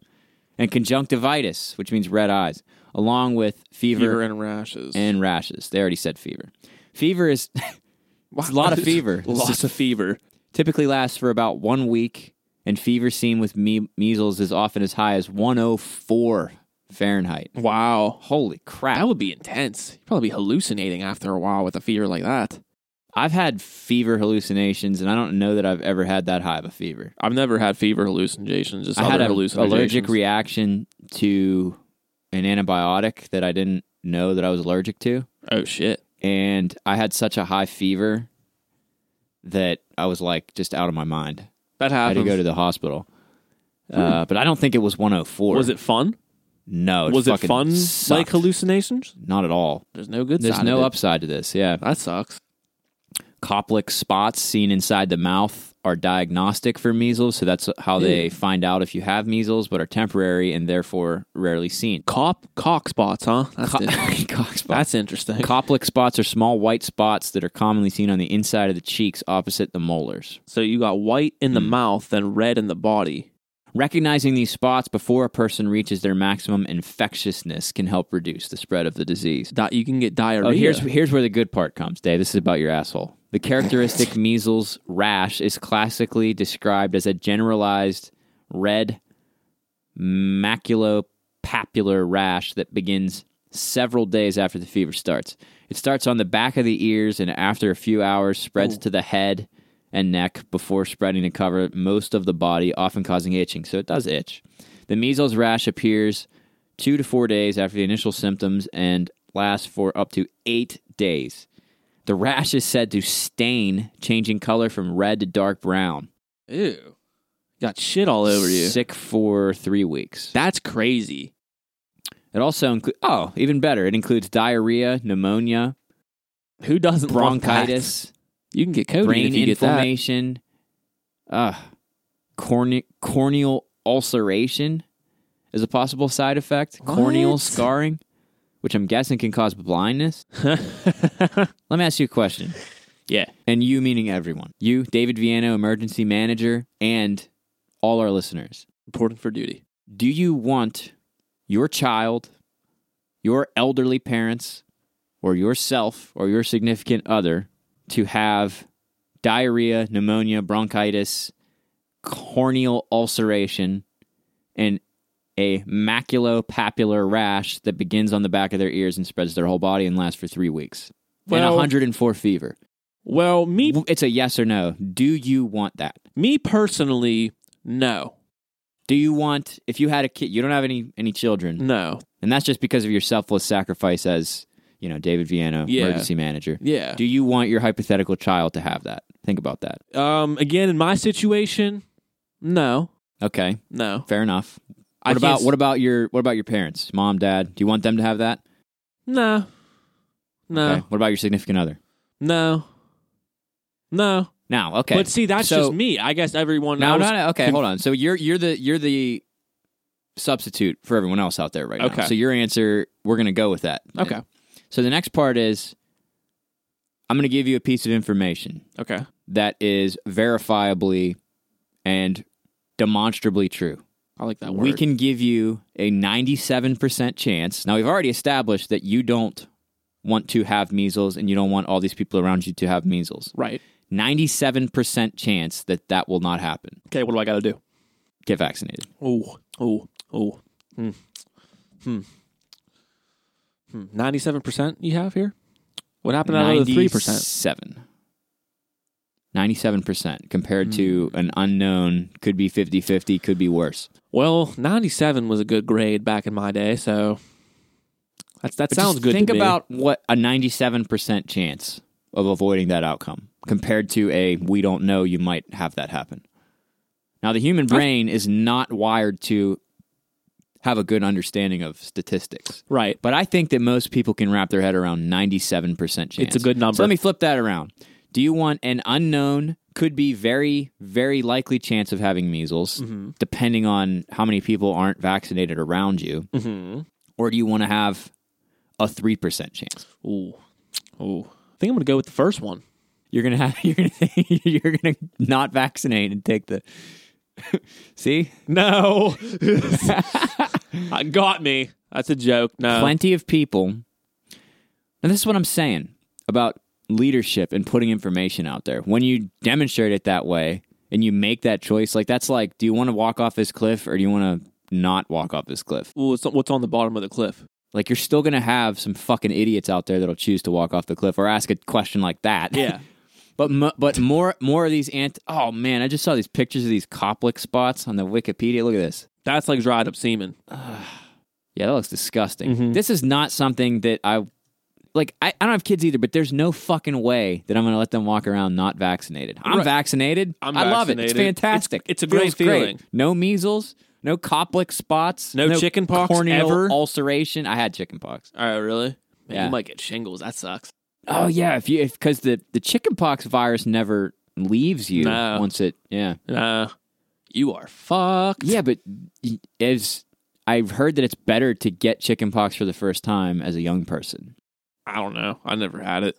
Speaker 2: and conjunctivitis, which means red eyes, along with
Speaker 1: Fever
Speaker 2: fever
Speaker 1: and rashes.
Speaker 2: and rashes. They already said fever. Fever is [LAUGHS]
Speaker 1: Wow.
Speaker 2: a lot
Speaker 1: [LAUGHS]
Speaker 2: of fever.
Speaker 1: Lots of fever.
Speaker 2: typically lasts for about one week, and fever seen with me- measles is often as high as 104 Fahrenheit.
Speaker 1: Wow.
Speaker 2: Holy crap.
Speaker 1: That would be intense. You'd probably be hallucinating after a while with a fever like that.
Speaker 2: I've had fever hallucinations, and I don't know that I've ever had that high of a fever.
Speaker 1: I've never had fever hallucinations. Just
Speaker 2: I had
Speaker 1: other
Speaker 2: an
Speaker 1: hallucinations.
Speaker 2: allergic reaction to an antibiotic that I didn't know that I was allergic to,
Speaker 1: Oh shit!
Speaker 2: and I had such a high fever that I was like just out of my mind.
Speaker 1: That
Speaker 2: I had to
Speaker 1: happened.
Speaker 2: go to the hospital. Uh, but I don't think it was 104.
Speaker 1: Hmm. was it fun?
Speaker 2: No.
Speaker 1: was it
Speaker 2: fucking
Speaker 1: fun? Like
Speaker 2: sucked.
Speaker 1: hallucinations?
Speaker 2: Not at all.
Speaker 1: There's no good.
Speaker 2: There's
Speaker 1: side
Speaker 2: no
Speaker 1: of it.
Speaker 2: upside to this. Yeah.
Speaker 1: That sucks.
Speaker 2: Coplic spots seen inside the mouth are diagnostic for measles. So that's how they find out if you have measles, but are temporary and therefore rarely seen.
Speaker 1: Cop cock spots, huh? That's,
Speaker 2: Co-
Speaker 1: it. [LAUGHS]
Speaker 2: cock spots.
Speaker 1: That's interesting.
Speaker 2: Coplic spots are small white spots that are commonly seen on the inside of the cheeks opposite the molars.
Speaker 1: So you got white in the
Speaker 2: Hmm.
Speaker 1: mouth, then red in the body.
Speaker 2: Recognizing these spots before a person reaches their maximum infectiousness can help reduce the spread of the disease.
Speaker 1: Di- you can get diarrhea.
Speaker 2: Oh, here's here's where the good part comes, Dave. This is about your asshole. The characteristic measles rash is classically described as a generalized red maculopapular rash that begins several days after the fever starts. It starts on the back of the ears and after a few hours spreads to the head and neck before spreading to cover most of the body, often causing itching. So it does itch. The measles rash appears two to four days after the initial symptoms and lasts for up to eight days. The rash is said to stain, changing color from red to dark brown.
Speaker 1: ew. Got shit all over you.
Speaker 2: Sick for three weeks.
Speaker 1: That's crazy.
Speaker 2: It also includes, oh, even better, it includes diarrhea, pneumonia,
Speaker 1: Who doesn't love that?
Speaker 2: bronchitis,
Speaker 1: You can get COVID
Speaker 2: brain
Speaker 1: if you get that.
Speaker 2: inflammation, uh, corne- corneal ulceration is a possible side effect, corneal
Speaker 1: What?
Speaker 2: scarring, which I'm guessing can cause
Speaker 1: [LAUGHS]
Speaker 2: blindness. Let me ask you a question.
Speaker 1: Yeah.
Speaker 2: And you meaning everyone. You, David Viano, emergency manager, and all our listeners.
Speaker 1: Reporting for duty.
Speaker 2: Do you want your child, your elderly parents, or yourself or your significant other to have diarrhea, pneumonia, bronchitis, corneal ulceration, and a maculopapular rash that begins on the back of their ears and spreads their whole body and lasts for three weeks. and
Speaker 1: Well-
Speaker 2: 104 fever.
Speaker 1: Well, me
Speaker 2: It's a yes or no. Do you want that?
Speaker 1: me personally, no,
Speaker 2: Do you want if you had a kid? You don't have any any children,
Speaker 1: no,
Speaker 2: and that's just because of your selfless sacrifice as you know David Viano,
Speaker 1: Yeah.
Speaker 2: emergency manager.
Speaker 1: yeah.
Speaker 2: Do you want your hypothetical child to have that? Think about that.
Speaker 1: Um, again, in my situation, no,
Speaker 2: Okay,
Speaker 1: no.
Speaker 2: fair enough.
Speaker 1: I
Speaker 2: What about
Speaker 1: can't-
Speaker 2: what about your what about your parents, mom, dad? Do you want them to have that?
Speaker 1: No, no,
Speaker 2: Okay. What about your significant other?
Speaker 1: no, no.
Speaker 2: Now, okay,
Speaker 1: But see, that's
Speaker 2: So-
Speaker 1: just me. I guess everyone.
Speaker 2: No,
Speaker 1: I was-
Speaker 2: no, no. Okay,
Speaker 1: conf-
Speaker 2: hold on. So you're you're the you're the substitute for everyone else out there right now.
Speaker 1: Okay.
Speaker 2: So your answer, we're gonna go with that.
Speaker 1: Okay.
Speaker 2: So the next part is, I'm gonna give you a piece of information
Speaker 1: Okay.
Speaker 2: that is verifiably and demonstrably true.
Speaker 1: I like that word.
Speaker 2: We can give you a 97% chance. Now we've already established that you don't want to have measles and you don't want all these people around you to have measles.
Speaker 1: right.
Speaker 2: 97% chance that that will not happen.
Speaker 1: Okay. What do I got to do?
Speaker 2: Get vaccinated.
Speaker 1: Oh, oh, oh. Hmm. Hmm. Hmm. Ninety-seven percent you have here. What happened out of the three percent?
Speaker 2: 97. 97% compared to
Speaker 1: Hmm.
Speaker 2: an unknown, could be 50 50, could be worse.
Speaker 1: Well, ninety-seven was a good grade back in my day, so that's that
Speaker 2: But
Speaker 1: sounds
Speaker 2: just
Speaker 1: good.
Speaker 2: Think
Speaker 1: to me.
Speaker 2: about what a 97% chance of avoiding that outcome compared to a we don't know, you might have that happen. Now, the human brain is not wired to have a good understanding of statistics.
Speaker 1: right.
Speaker 2: But I think that most people can wrap their head around 97% chance.
Speaker 1: It's a good number.
Speaker 2: So let me flip that around. Do you want an unknown, could be very, very likely chance of having measles,
Speaker 1: Mm-hmm.
Speaker 2: depending on how many people aren't vaccinated around you?
Speaker 1: Mm-hmm.
Speaker 2: Or do you want to have a 3% chance?
Speaker 1: Ooh, ooh. I think I'm gonna go with the first one.
Speaker 2: You're gonna have [LAUGHS] you're gonna you're gonna not vaccinate and take the [LAUGHS] see
Speaker 1: [LAUGHS] No, I got me. That's a joke. No,
Speaker 2: plenty of people. Now, this is what I'm saying about leadership and putting information out there. When you demonstrate it that way and you make that choice, like that's like, do you want to walk off this cliff or do you want to not walk off this cliff?
Speaker 1: Ooh, it's what's on the bottom of the cliff?
Speaker 2: Like, you're still going to have some fucking idiots out there that'll choose to walk off the cliff or ask a question like that.
Speaker 1: Yeah.
Speaker 2: [LAUGHS] but mo- but more more of these ant. Oh man, I just saw these pictures of these Coplik spots on the Wikipedia. Look at this.
Speaker 1: That's like dried up semen.
Speaker 2: Yeah, that looks disgusting.
Speaker 1: Mhm.
Speaker 2: This is not something that I like. I, I don't have kids either, but there's no fucking way that I'm going to let them walk around not vaccinated. I'm
Speaker 1: Right.
Speaker 2: vaccinated.
Speaker 1: I'm
Speaker 2: I love it. It's
Speaker 1: vaccinated.
Speaker 2: fantastic.
Speaker 1: It's- it's a
Speaker 2: Feels
Speaker 1: great feeling.
Speaker 2: No measles. No Coplik spots.
Speaker 1: No chicken pox
Speaker 2: corneal
Speaker 1: ever?
Speaker 2: Ulceration. I had chicken pox.
Speaker 1: All right, Oh, really? Man,
Speaker 2: Yeah.
Speaker 1: You might get shingles. That sucks.
Speaker 2: Oh yeah, if you if because the the chicken pox virus never leaves you
Speaker 1: No.
Speaker 2: once it yeah
Speaker 1: Nah, Uh, you are fucked.
Speaker 2: yeah but y- as I've heard that it's better to get chicken pox for the first time as a young person.
Speaker 1: I don't know. I never had it.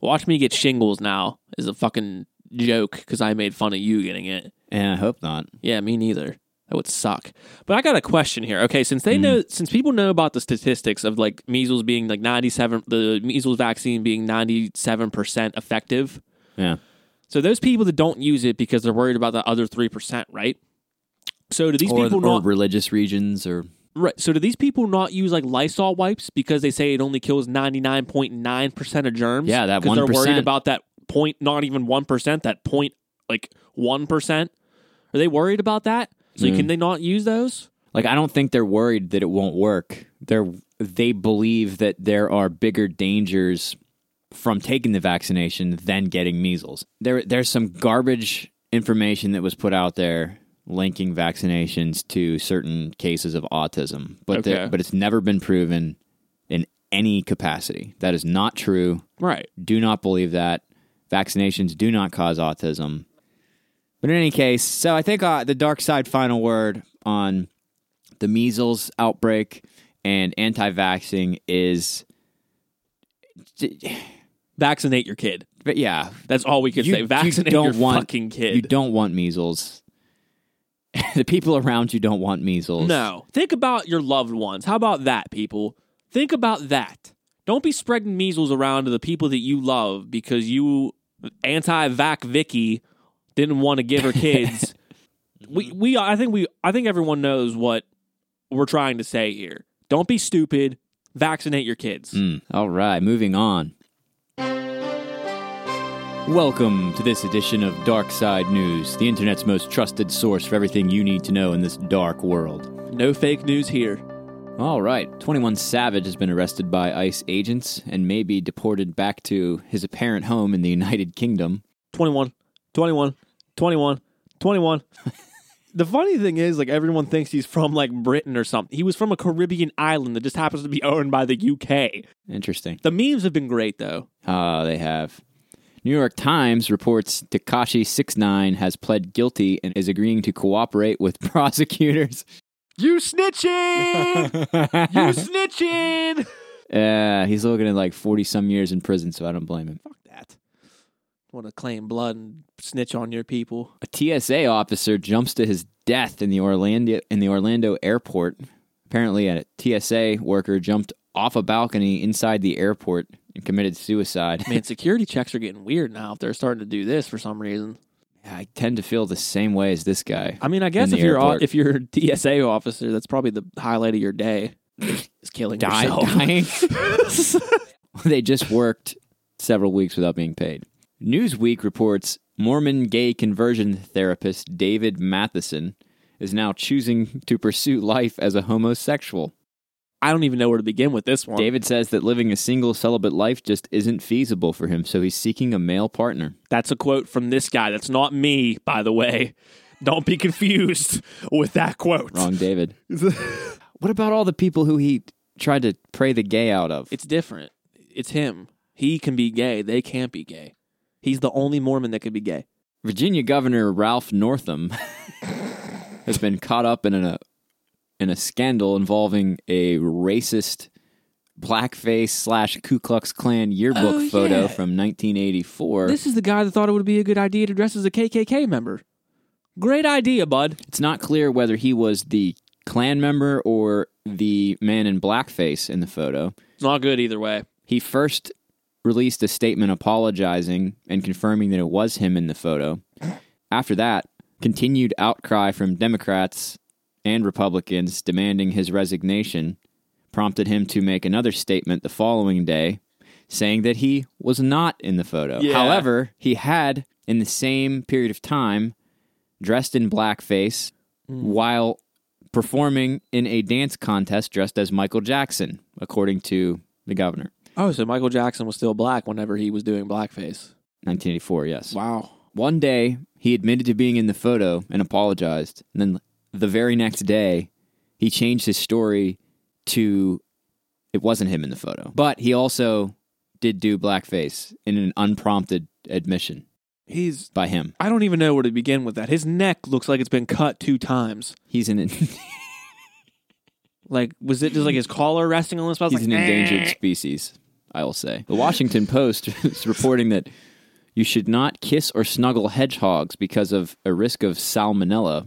Speaker 1: Watch me get shingles now is a fucking joke because I made fun of you getting it.
Speaker 2: And I hope not.
Speaker 1: Yeah, me neither. That would suck. But I got a question here. Okay, since they know, since people know about the statistics of like measles being like ninety-seven, the measles vaccine being ninety-seven percent effective.
Speaker 2: Yeah.
Speaker 1: So those people that don't use it because they're worried about the other three percent, right? So do these
Speaker 2: or,
Speaker 1: people
Speaker 2: or
Speaker 1: not
Speaker 2: religious regions or
Speaker 1: Right. So do these people not use like Lysol wipes because they say it only kills ninety nine point nine percent of germs?
Speaker 2: Yeah, that
Speaker 1: because they're
Speaker 2: 1%.
Speaker 1: worried about that point, not even one percent, that point like one percent. Are they worried about that? So
Speaker 2: Mm.
Speaker 1: can they not use those?
Speaker 2: like I don't think they're worried that it won't work. They're they believe that there are bigger dangers from taking the vaccination than getting measles. There there's some garbage information that was put out there linking vaccinations to certain cases of autism, but there-
Speaker 1: Okay.
Speaker 2: but it's never been proven in any capacity. That is not true.
Speaker 1: Right.
Speaker 2: do not believe that vaccinations do not cause autism. But in any case, so I think uh, the dark side final word on the measles outbreak and anti-vaxing is,
Speaker 1: Vaccinate your kid.
Speaker 2: but yeah,
Speaker 1: That's all we could
Speaker 2: You-
Speaker 1: say.
Speaker 2: you
Speaker 1: Vaccinate
Speaker 2: don't
Speaker 1: your
Speaker 2: want-
Speaker 1: fucking
Speaker 2: you
Speaker 1: kid.
Speaker 2: don't want measles. [LAUGHS] the people around you don't want measles.
Speaker 1: No. Think about your loved ones. How about that, people? Think about that. Don't be spreading measles around to the people that you love because you anti-vac Vicky didn't want to give her kids We we I think we I think everyone knows what we're trying to say here. Don't be stupid. Vaccinate your kids.
Speaker 2: Mm. All right, moving on. Welcome to this edition of Dark Side News, the internet's most trusted source for everything you need to know in this dark world.
Speaker 1: No fake news here.
Speaker 2: All right, 21 Savage has been arrested by ICE agents and may be deported back to his apparent home in the United Kingdom.
Speaker 1: 21, 21, 21, 21. [LAUGHS] the funny thing is, like, everyone thinks he's from, like, Britain or something. He was from a Caribbean island that just happens to be owned by the UK.
Speaker 2: Interesting.
Speaker 1: The memes have been great, though.
Speaker 2: Ah, they have. New York Times reports Takashi 69 has pled guilty and is agreeing to cooperate with [LAUGHS] prosecutors.
Speaker 1: You [LAUGHS] snitching! you snitching!
Speaker 2: Yeah, Eh, he's looking at like 40 some years in prison, so I don't blame him.
Speaker 1: Fuck that. Want to claim blood and snitch on your people.
Speaker 2: A TSA officer jumps to his death in the Orlando in the Orlando airport. Apparently, a TSA worker jumped off a balcony inside the airport and committed suicide.
Speaker 1: Man, security checks are getting weird now if they're starting to do this for some reason.
Speaker 2: I tend to feel the same way as this guy.
Speaker 1: I mean, I guess
Speaker 2: the
Speaker 1: if you're au-
Speaker 2: airport.
Speaker 1: if you're a [LAUGHS] TSA officer, that's probably the highlight of your day. is killing
Speaker 2: Die- [LAUGHS]
Speaker 1: yourself.
Speaker 2: dying. they just worked several weeks without being paid. Newsweek reports Mormon gay conversion therapist David Matheson is now choosing to pursue life as a homosexual.
Speaker 1: I don't even know where to begin with this one.
Speaker 2: David says that living a single celibate life just isn't feasible for him, so he's seeking a male partner.
Speaker 1: That's a quote from this guy. That's not me, by the way. Don't be confused [LAUGHS] with that quote.
Speaker 2: Wrong, David. what about all the people who he tried to pray the gay out of?
Speaker 1: It's different. It's him. He can be gay. They can't be gay. He's the only Mormon that could be gay.
Speaker 2: Virginia Governor Ralph Northam [LAUGHS] has been caught up in a in a scandal involving a racist blackface slash Ku Klux Klan yearbook
Speaker 1: Oh,
Speaker 2: photo
Speaker 1: yeah.
Speaker 2: from 1984.
Speaker 1: This is the guy that thought it would be a good idea to dress as a KKK member. Great idea, bud.
Speaker 2: it's not clear whether he was the Klan member or the man in blackface in the photo.
Speaker 1: It's not good either way.
Speaker 2: He first released a statement apologizing and confirming that it was him in the photo. After that, continued outcry from Democrats and Republicans demanding his resignation prompted him to make another statement the following day saying that he was not in the photo.
Speaker 1: Yeah.
Speaker 2: However, he had, in the same period of time, dressed in blackface while performing in a dance contest dressed as Michael Jackson, according to the governor.
Speaker 1: Oh, so Michael Jackson was still black whenever he was doing blackface.
Speaker 2: 1984, yes.
Speaker 1: Wow.
Speaker 2: One day, he admitted to being in the photo and apologized. And then the very next day, he changed his story to it wasn't him in the photo. But he also did do blackface in an unprompted admission
Speaker 1: He's.
Speaker 2: by him.
Speaker 1: I don't even know where to begin with that. His neck looks like it's been cut two times.
Speaker 2: He's an, [LAUGHS]
Speaker 1: Like, was it just like his collar resting on this? I was
Speaker 2: he's
Speaker 1: like,
Speaker 2: an endangered
Speaker 1: "Eh."
Speaker 2: species, I will say. The Washington Post [LAUGHS] is reporting that you should not kiss or snuggle hedgehogs because of a risk of salmonella,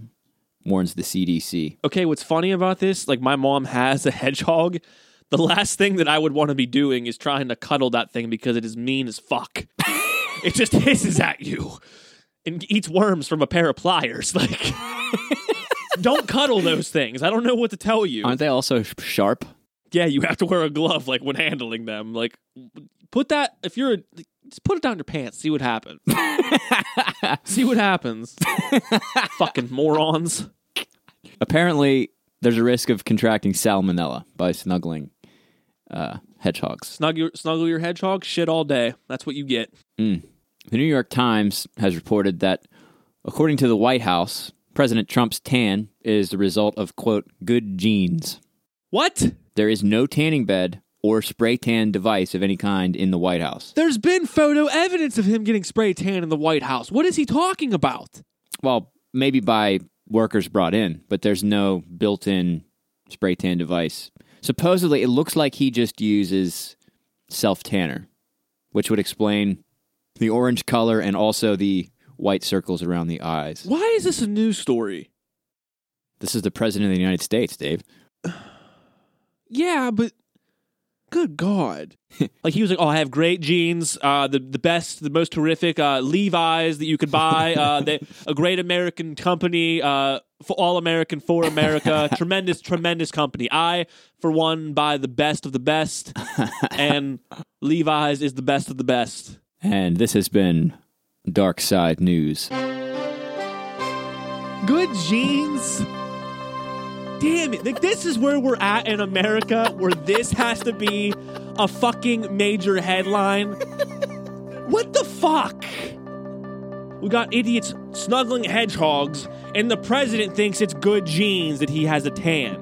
Speaker 2: warns the CDC.
Speaker 1: Okay, what's funny about this? Like, my mom has a [LAUGHS] hedgehog. The last thing that I would want to be doing is trying to cuddle that thing because it is mean as fuck. it just hisses at you and eats worms from a pair of pliers. [LAUGHS] Like, don't cuddle those things. I don't know what to tell you.
Speaker 2: Aren't they also sh- sharp?
Speaker 1: yeah, you have to wear a glove like when handling them. Like put that if you're a- just put it down your pants, see what happens. see what happens. Fucking morons.
Speaker 2: Apparently, there's a risk of contracting salmonella by snuggling uh, hedgehogs.
Speaker 1: Snuggle your, snuggle your hedgehog shit all day. That's what you get.
Speaker 2: The New York Times has reported that, according to the White House, President Trump's tan is the result of, quote, good genes.
Speaker 1: What?
Speaker 2: There is no tanning bed or spray tan device of any kind in the White House.
Speaker 1: There's been photo evidence of him getting spray tan in the White House. What is he talking about?
Speaker 2: Well, maybe by workers brought in, but there's no built in spray tan device. Supposedly, it looks like he just uses self tanner, which would explain the orange color and also the white circles around the eyes.
Speaker 1: Why is this a news story?
Speaker 2: This is the president of the United States, Dave.
Speaker 1: Yeah, but good god [LAUGHS] like he was like oh i have great jeans uh the, the best the most terrific uh levi's that you could buy [LAUGHS] uh they, a great american company uh for all american for [LAUGHS] america tremendous tremendous company i for one buy the best of the best [LAUGHS] and levi's is the best of the best
Speaker 2: And this has been Dark Side News.
Speaker 1: good jeans damn it like this is where we're at in america where this has to be a fucking major headline what the fuck we got idiots snuggling hedgehogs and the president thinks it's good genes that he has a tan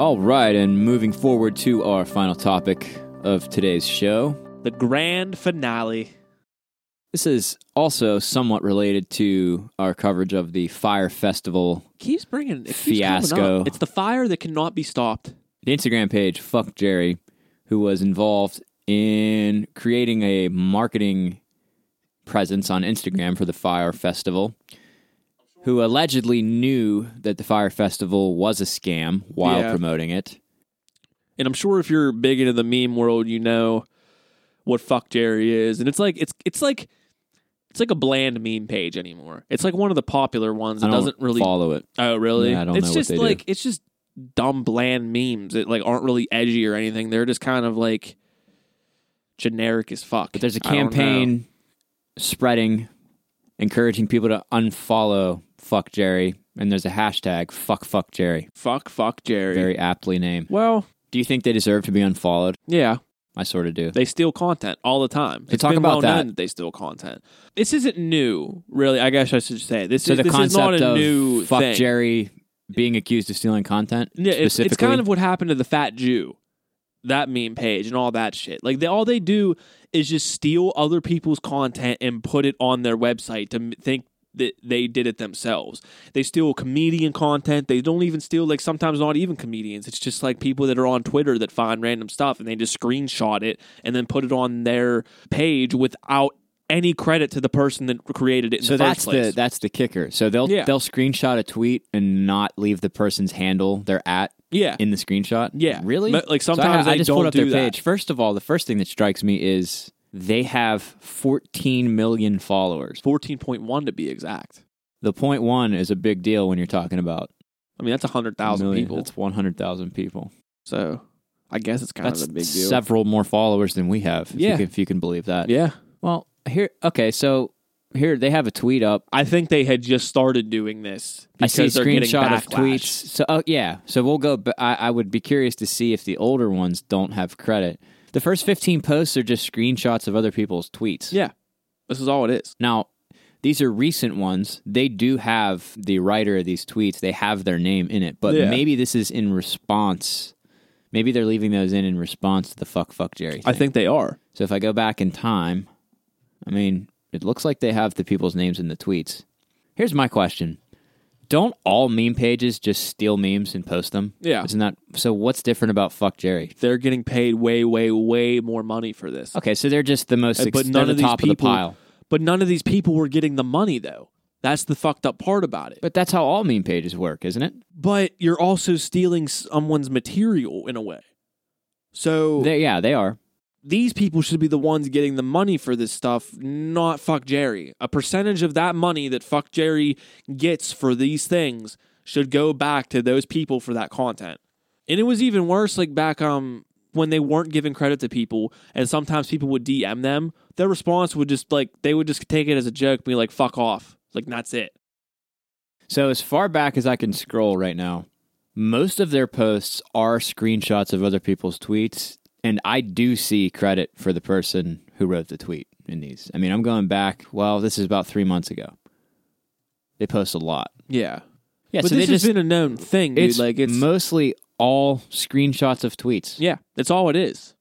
Speaker 2: All right, and moving forward to our final topic of today's show.
Speaker 1: the grand finale
Speaker 2: This is also somewhat related to our coverage of the Fire Festival.
Speaker 1: keeps bringing it keeps coming
Speaker 2: Fiasco.
Speaker 1: up. it's the fire that cannot be stopped
Speaker 2: The Instagram page, Fuck Jerry, who was involved in creating a marketing presence on Instagram for the Fire Festival, who allegedly knew that the Fire Festival was a scam while
Speaker 1: Yeah.
Speaker 2: promoting it.
Speaker 1: and I'm sure if you're big into the meme world, you know what fuck Jerry is, and it's like it's it's like it's like a bland meme page anymore. It's like one of the popular ones.
Speaker 2: I
Speaker 1: It
Speaker 2: don't
Speaker 1: doesn't really.
Speaker 2: follow it.
Speaker 1: Oh, really?
Speaker 2: Yeah, I don't
Speaker 1: it's
Speaker 2: know what
Speaker 1: just
Speaker 2: they do.
Speaker 1: like it's just dumb bland memes that like aren't really edgy or anything. They're just kind of like generic as fuck.
Speaker 2: But there's a
Speaker 1: I don't know.
Speaker 2: campaign spreading, encouraging people to unfollow Fuck Jerry, and there's a hashtag Fuck Fuck Jerry,
Speaker 1: Fuck, fuck Jerry.
Speaker 2: very aptly named.
Speaker 1: Well,
Speaker 2: Do you think they deserve to be unfollowed?
Speaker 1: yeah.
Speaker 2: I sort of do.
Speaker 1: They steal content all the time.
Speaker 2: So talk
Speaker 1: been
Speaker 2: about
Speaker 1: well known
Speaker 2: that.
Speaker 1: They steal content. This isn't new, really. I guess I should say this.
Speaker 2: So
Speaker 1: is,
Speaker 2: the
Speaker 1: this is not
Speaker 2: concept
Speaker 1: a
Speaker 2: of
Speaker 1: new
Speaker 2: Fuck
Speaker 1: thing.
Speaker 2: Jerry being accused of stealing content
Speaker 1: Yeah, it's,
Speaker 2: specifically.
Speaker 1: it's kind of what happened to the fat Jew, that meme page and all that shit. Like they, all they do is just steal other people's content and put it on their website to m- think that they did it themselves. They steal comedian content. They don't even steal like sometimes not even comedians. It's just like people that are on Twitter that find random stuff and they just screenshot it and then put it on their page without any credit to the person that created it in
Speaker 2: so
Speaker 1: the
Speaker 2: that's
Speaker 1: first place.
Speaker 2: the that's the kicker. So they'll
Speaker 1: Yeah.
Speaker 2: they'll screenshot a tweet and not leave the person's handle they're at
Speaker 1: yeah.
Speaker 2: in the screenshot.
Speaker 1: Yeah.
Speaker 2: really?
Speaker 1: But, like,
Speaker 2: So I-
Speaker 1: sometimes
Speaker 2: I,
Speaker 1: they
Speaker 2: just
Speaker 1: don't
Speaker 2: pulled up their
Speaker 1: do that.
Speaker 2: page. First of all, the first thing that strikes me is they have 14 million followers.
Speaker 1: 14.1 to be exact.
Speaker 2: The point one is a big deal when you're talking about
Speaker 1: I mean, that's 100,000
Speaker 2: million.
Speaker 1: people.
Speaker 2: That's 100,000 people.
Speaker 1: So I guess it's kind
Speaker 2: That's
Speaker 1: of a big deal.
Speaker 2: several more followers than we have. If
Speaker 1: Yeah.
Speaker 2: you can, if you can believe that.
Speaker 1: yeah.
Speaker 2: Well, here, okay, so here they have a tweet up.
Speaker 1: I think they had just started doing this
Speaker 2: I
Speaker 1: because
Speaker 2: see a
Speaker 1: they're getting
Speaker 2: screenshot of
Speaker 1: backlash.
Speaker 2: tweets. So, oh yeah. So we'll go. But I, I would be curious to see if the older ones don't have credit. The first 15 posts are just screenshots of other people's tweets.
Speaker 1: Yeah. This is all it is.
Speaker 2: Now, these are recent ones. They do have the writer of these tweets, they have their name in it, but
Speaker 1: Yeah.
Speaker 2: maybe this is in response. Maybe they're leaving those in in response to the fuck fuck Jerry.
Speaker 1: I
Speaker 2: thing.
Speaker 1: think they are.
Speaker 2: so. If I go back in time, I mean, it looks like they have the people's names in the tweets. Here's my question. Don't all meme pages just steal memes and post them?
Speaker 1: Yeah.
Speaker 2: Isn't that so? What's different about fuck Jerry?
Speaker 1: They're getting paid way, way, way more money for this.
Speaker 2: Okay, so they're just the most,
Speaker 1: Uh,
Speaker 2: ex- they're the top
Speaker 1: people,
Speaker 2: of the pile.
Speaker 1: but none of these people were getting the money though. That's the fucked up part about it.
Speaker 2: But that's how all meme pages work, isn't it?
Speaker 1: But you're also stealing someone's material in a way. So
Speaker 2: They, yeah, they are.
Speaker 1: these people should be the ones getting the money for this stuff, not fuck Jerry. A percentage of that money that fuck Jerry gets for these things should go back to those people for that content. And it was even worse like back um when they weren't giving credit to people and sometimes people would DM them, their response would just like they would just take it as a joke, be like fuck off. Like that's it.
Speaker 2: So as far back as I can scroll right now, most of their posts are screenshots of other people's tweets, and I do see credit for the person who wrote the tweet in these. I mean, I'm going back. Well, this is about three months ago. They post a lot.
Speaker 1: Yeah.
Speaker 2: Yeah,
Speaker 1: but
Speaker 2: so
Speaker 1: this
Speaker 2: they
Speaker 1: has
Speaker 2: just
Speaker 1: been a known thing, dude.
Speaker 2: it's
Speaker 1: like it's
Speaker 2: mostly all screenshots of tweets.
Speaker 1: Yeah, that's all it is.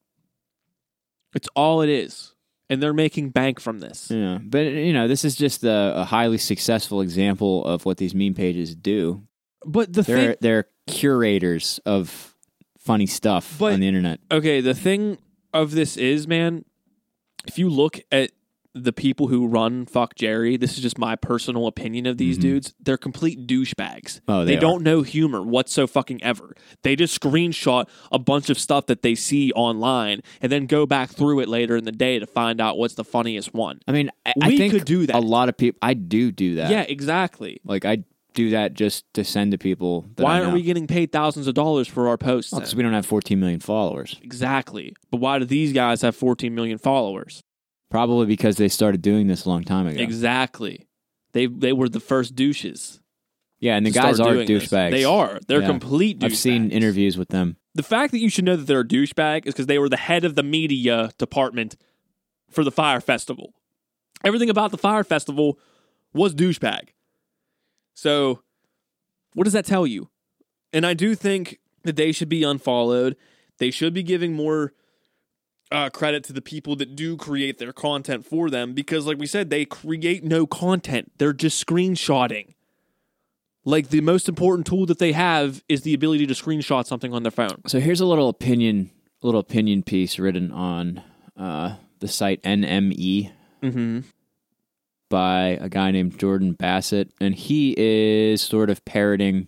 Speaker 1: It's all it is. And they're making bank from this.
Speaker 2: Yeah, but you know, this is just a, a highly successful example of what these meme pages do.
Speaker 1: But the
Speaker 2: They're
Speaker 1: thing,
Speaker 2: they're curators of funny stuff
Speaker 1: But-
Speaker 2: on the internet.
Speaker 1: okay, the thing of this is, man, if you look at the people who run fuck Jerry, this is just my personal opinion of these dudes, they're complete douchebags.
Speaker 2: Mm-hmm. Oh, they are.
Speaker 1: don't know humor what's so fucking ever. They just screenshot a bunch of stuff that they see online and then go back through it later in the day to find out what's the funniest one.
Speaker 2: I mean, I, I
Speaker 1: We
Speaker 2: think
Speaker 1: could do that.
Speaker 2: A lot of people, I do do that.
Speaker 1: Yeah, exactly.
Speaker 2: like I do that just to send to people. That
Speaker 1: Why
Speaker 2: I
Speaker 1: aren't
Speaker 2: know.
Speaker 1: we getting paid thousands of dollars for our posts? then?
Speaker 2: Because we don't have 14 million followers.
Speaker 1: Exactly. But why do these guys have 14 million followers?
Speaker 2: Probably because they started doing this a long time ago.
Speaker 1: Exactly. They they were the first douches.
Speaker 2: yeah, and the
Speaker 1: to start
Speaker 2: guys are
Speaker 1: doing this.
Speaker 2: douchebags.
Speaker 1: They are. They're
Speaker 2: Yeah.
Speaker 1: complete douchebags.
Speaker 2: I've seen interviews with them.
Speaker 1: The fact that you should know that they're a douchebag is because they were the head of the media department for the fire festival. Everything about the fire festival was douchebag. So, what does that tell you? And I do think that they should be unfollowed. They should be giving more uh, credit to the people that do create their content for them because, like we said, they create no content. They're just screenshotting. Like the most important tool that they have is the ability to screenshot something on their phone.
Speaker 2: So here's a little opinion, little opinion piece written on uh, the site NME
Speaker 1: Mm-hmm.
Speaker 2: by a guy named Jordan Bassett, and he is sort of parroting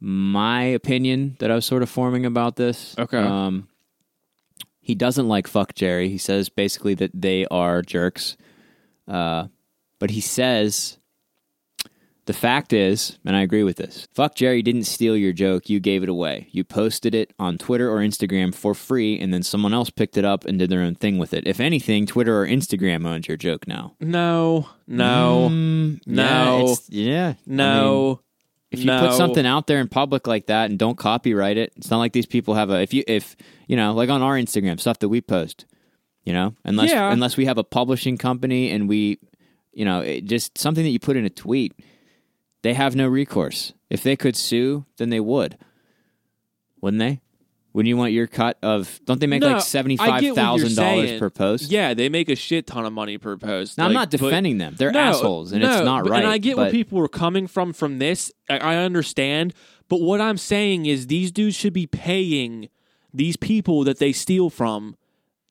Speaker 2: my opinion that I was sort of forming about this.
Speaker 1: Okay.
Speaker 2: Um, he doesn't like fuck Jerry. He says basically that they are jerks. Uh, but he says the fact is, and I agree with this fuck Jerry didn't steal your joke. You gave it away. You posted it on Twitter or Instagram for free, and then someone else picked it up and did their own thing with it. If anything, Twitter or Instagram owns your joke now.
Speaker 1: No, no,
Speaker 2: Mm,
Speaker 1: No.
Speaker 2: Yeah. it's- yeah. I mean,
Speaker 1: no.
Speaker 2: if you put
Speaker 1: no.
Speaker 2: something out there in public like that and don't copyright it, it's not like these people have a. If you if you know like on our Instagram stuff that we post, you know, unless
Speaker 1: Yeah.
Speaker 2: unless we have a publishing company and we, you know, it just something that you put in a tweet, they have no recourse. If they could sue, then they would, wouldn't they? Wouldn't you want your cut of? Don't they make
Speaker 1: No, I
Speaker 2: like seventy
Speaker 1: get
Speaker 2: five
Speaker 1: what you're
Speaker 2: thousand dollars
Speaker 1: saying.
Speaker 2: per post?
Speaker 1: yeah, they make a shit ton of money per post.
Speaker 2: Now I'm
Speaker 1: Like,
Speaker 2: not
Speaker 1: but-
Speaker 2: defending them. They're
Speaker 1: No,
Speaker 2: assholes, and
Speaker 1: no,
Speaker 2: it's not
Speaker 1: but-
Speaker 2: right.
Speaker 1: And I get
Speaker 2: but,
Speaker 1: where people were coming from from this. I, I understand, but what I'm saying is these dudes should be paying these people that they steal from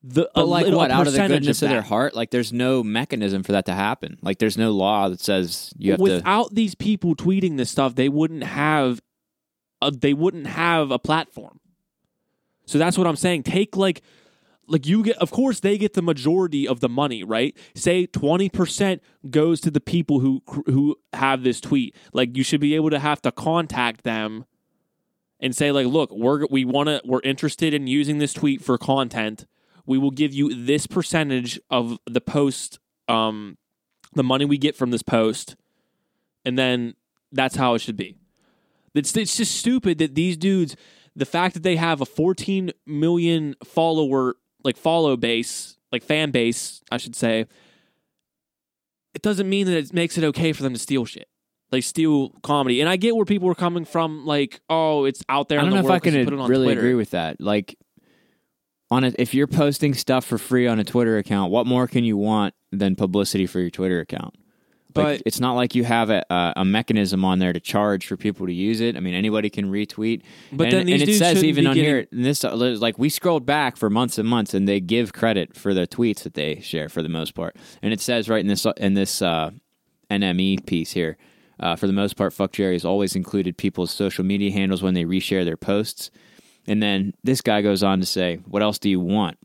Speaker 1: the a
Speaker 2: But like
Speaker 1: little
Speaker 2: what? Out of the
Speaker 1: percentage
Speaker 2: goodness
Speaker 1: of,
Speaker 2: of, their
Speaker 1: that.
Speaker 2: heart, like there's no mechanism for that to happen. Like there's no law that says you have to.
Speaker 1: Without these people tweeting this stuff, they wouldn't have a, they wouldn't have a platform. So that's what I'm saying. Take like like you get of course they get the majority of the money, right? Say 20% goes to the people who who have this tweet. Like you should be able to have to contact them and say like, "Look, we're we want to we're interested in using this tweet for content. We will give you this percentage of the post um the money we get from this post." and then that's how it should be. It's, it's just stupid that these dudes, the fact that they have a 14 million follower, like follow base, like fan base, I should say, it doesn't mean that it makes it okay for them to steal shit. Like steal comedy, and I get where people were coming from. Like, oh, it's out there.
Speaker 2: I don't
Speaker 1: in
Speaker 2: know
Speaker 1: the
Speaker 2: if
Speaker 1: world
Speaker 2: I
Speaker 1: 'cause
Speaker 2: can
Speaker 1: you put it on
Speaker 2: really
Speaker 1: Twitter.
Speaker 2: agree with that. Like on a, if you're posting stuff for free on a Twitter account, what more can you want than publicity for your Twitter account? Like,
Speaker 1: But-
Speaker 2: it's not like you have a, a, a mechanism on there to charge for people to use it. I mean, anybody can retweet.
Speaker 1: But
Speaker 2: and,
Speaker 1: then these
Speaker 2: and it
Speaker 1: dudes
Speaker 2: says
Speaker 1: shouldn't
Speaker 2: even
Speaker 1: be
Speaker 2: on
Speaker 1: getting-
Speaker 2: here, and this uh, like we scrolled back for months and months, and they give credit for the tweets that they share for the most part. And it says right in this in this uh, NME piece here. Uh, for the most part, Fuck Jerry has always included people's social media handles when they reshare their posts. And then this guy goes on to say, What else do you want?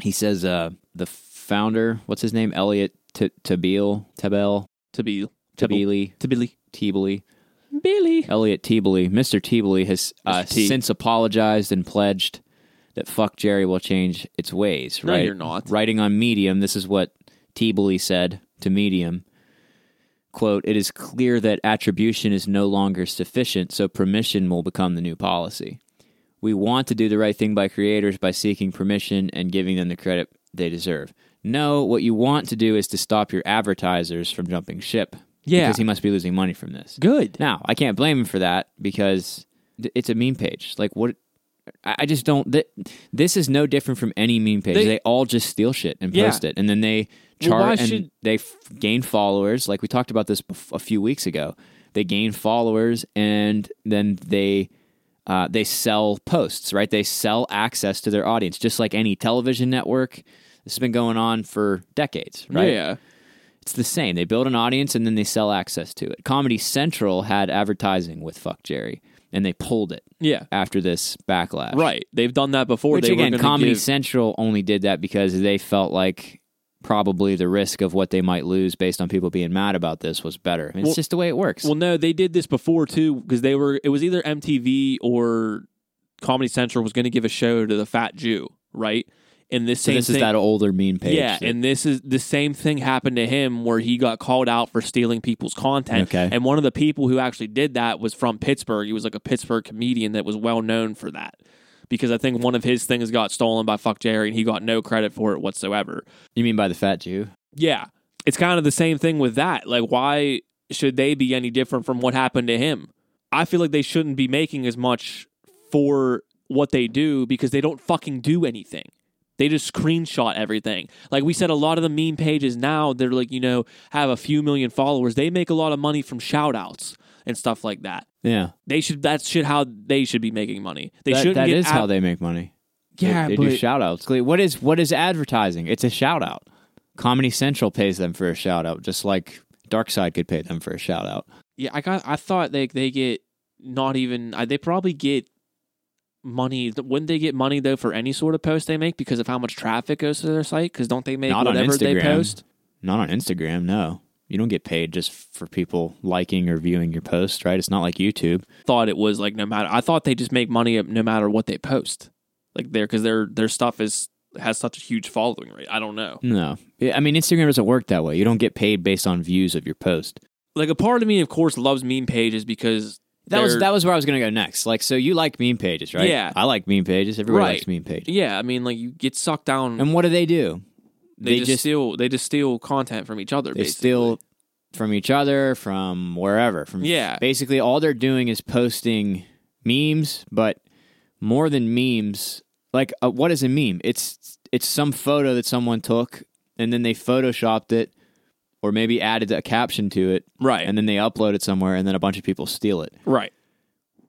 Speaker 2: He says, uh, The founder, what's his name? Elliot T- Tabeel, Tabel,
Speaker 1: to be to be
Speaker 2: Tabili,
Speaker 1: to Billy
Speaker 2: Tabili,
Speaker 1: Billy.
Speaker 2: Elliot Teabley, Mr. Teabley, has uh,
Speaker 1: Mr. T.
Speaker 2: since apologized and pledged that fuck Jerry will change its ways.
Speaker 1: No,
Speaker 2: Right?
Speaker 1: you're not.
Speaker 2: Writing on Medium, this is what Teabley said to Medium. Quote, it is clear that attribution is no longer sufficient, so permission will become the new policy. We want to do the right thing by creators by seeking permission and giving them the credit they deserve. No, what you want to do is to stop your advertisers from jumping ship.
Speaker 1: Yeah.
Speaker 2: Because he must be losing money from this.
Speaker 1: Good.
Speaker 2: Now, I can't blame him for that because th- it's a meme page. Like what? I I just don't. Th- this is no different from any meme page.
Speaker 1: They-
Speaker 2: They, all just steal shit and
Speaker 1: Yeah.
Speaker 2: post it, and then they
Speaker 1: Well,
Speaker 2: chart
Speaker 1: why
Speaker 2: and
Speaker 1: should-
Speaker 2: they f- gain followers. Like we talked about this bef- a few weeks ago. They gain followers, and then they. Uh, they sell posts, right? They sell access to their audience, just like any television network This has been going on for decades, right?
Speaker 1: Yeah.
Speaker 2: It's the same. They build an audience and then they sell access to it. Comedy Central had advertising with Fuck Jerry and they pulled it
Speaker 1: Yeah.
Speaker 2: after this backlash.
Speaker 1: Right. They've done that before.
Speaker 2: Which
Speaker 1: they were
Speaker 2: again,
Speaker 1: gonna
Speaker 2: Comedy
Speaker 1: give-
Speaker 2: Central only did that because they felt like probably the risk of what they might lose based on people being mad about this was better. I mean,
Speaker 1: Well-
Speaker 2: it's just the way it works.
Speaker 1: Well, no, they did this before too because they were. It was either MTV or Comedy Central was going to give a show to the Fat Jew, right? And this
Speaker 2: so
Speaker 1: same
Speaker 2: this
Speaker 1: thing,
Speaker 2: is that older mean page.
Speaker 1: yeah,
Speaker 2: that-
Speaker 1: and this is the same thing happened to him where he got called out for stealing people's content.
Speaker 2: Okay.
Speaker 1: And one of the people who actually did that was from Pittsburgh. He was like a Pittsburgh comedian that was well known for that. Because I think one of his things got stolen by Fuck Jerry and he got no credit for it whatsoever.
Speaker 2: you mean by the fat Jew?
Speaker 1: Yeah. It's kind of the same thing with that. Like, why should they be any different from what happened to him? I feel like they shouldn't be making as much for what they do because they don't fucking do anything. They just screenshot everything. Like we said, a lot of the meme pages now, they're like, you know, have a few million followers. They make a lot of money from shout outs and stuff like that.
Speaker 2: Yeah,
Speaker 1: They should, that's shit how they should be making money. They
Speaker 2: that,
Speaker 1: shouldn't
Speaker 2: that
Speaker 1: get
Speaker 2: is
Speaker 1: ad-
Speaker 2: how they make money. They-
Speaker 1: yeah,
Speaker 2: they,
Speaker 1: but,
Speaker 2: do shout outs. What is what is advertising? It's a shout out. Comedy Central pays them for a shout out, just like Dark Side could pay them for a shout out.
Speaker 1: Yeah, I got. I thought they they get not even. I- They probably get money. Wouldn't they get money though for any sort of post they make because of how much traffic goes to their site? Because don't they make
Speaker 2: Not on
Speaker 1: whatever they
Speaker 2: Instagram.
Speaker 1: post?
Speaker 2: Not on Instagram, no. You don't get paid just for people liking or viewing your post, right? It's not like YouTube.
Speaker 1: Thought it was like no matter. I thought they just make money no matter what they post. Like their because their their stuff is has such a huge following rate. I don't know.
Speaker 2: No. Yeah, I mean, Instagram doesn't work that way. You don't get paid based on views of your post.
Speaker 1: Like a part of me, of course, loves meme pages because
Speaker 2: That was
Speaker 1: they're-
Speaker 2: that was where I was going to go next. Like, so you like meme pages, right?
Speaker 1: Yeah.
Speaker 2: I like meme pages. Everybody
Speaker 1: Right.
Speaker 2: likes meme pages.
Speaker 1: Yeah, I mean, like you get sucked down.
Speaker 2: And what do they do?
Speaker 1: they, just, steal. They just steal content from each other.
Speaker 2: they
Speaker 1: basically.
Speaker 2: steal from each other, from wherever. From
Speaker 1: Yeah.
Speaker 2: Basically, all they're doing is posting memes, but more than memes. Like, uh, what is a meme? It's it's some photo that someone took and then they photoshopped it, or maybe added a caption to it,
Speaker 1: right,
Speaker 2: and then they upload it somewhere, and then a bunch of people steal it.
Speaker 1: right.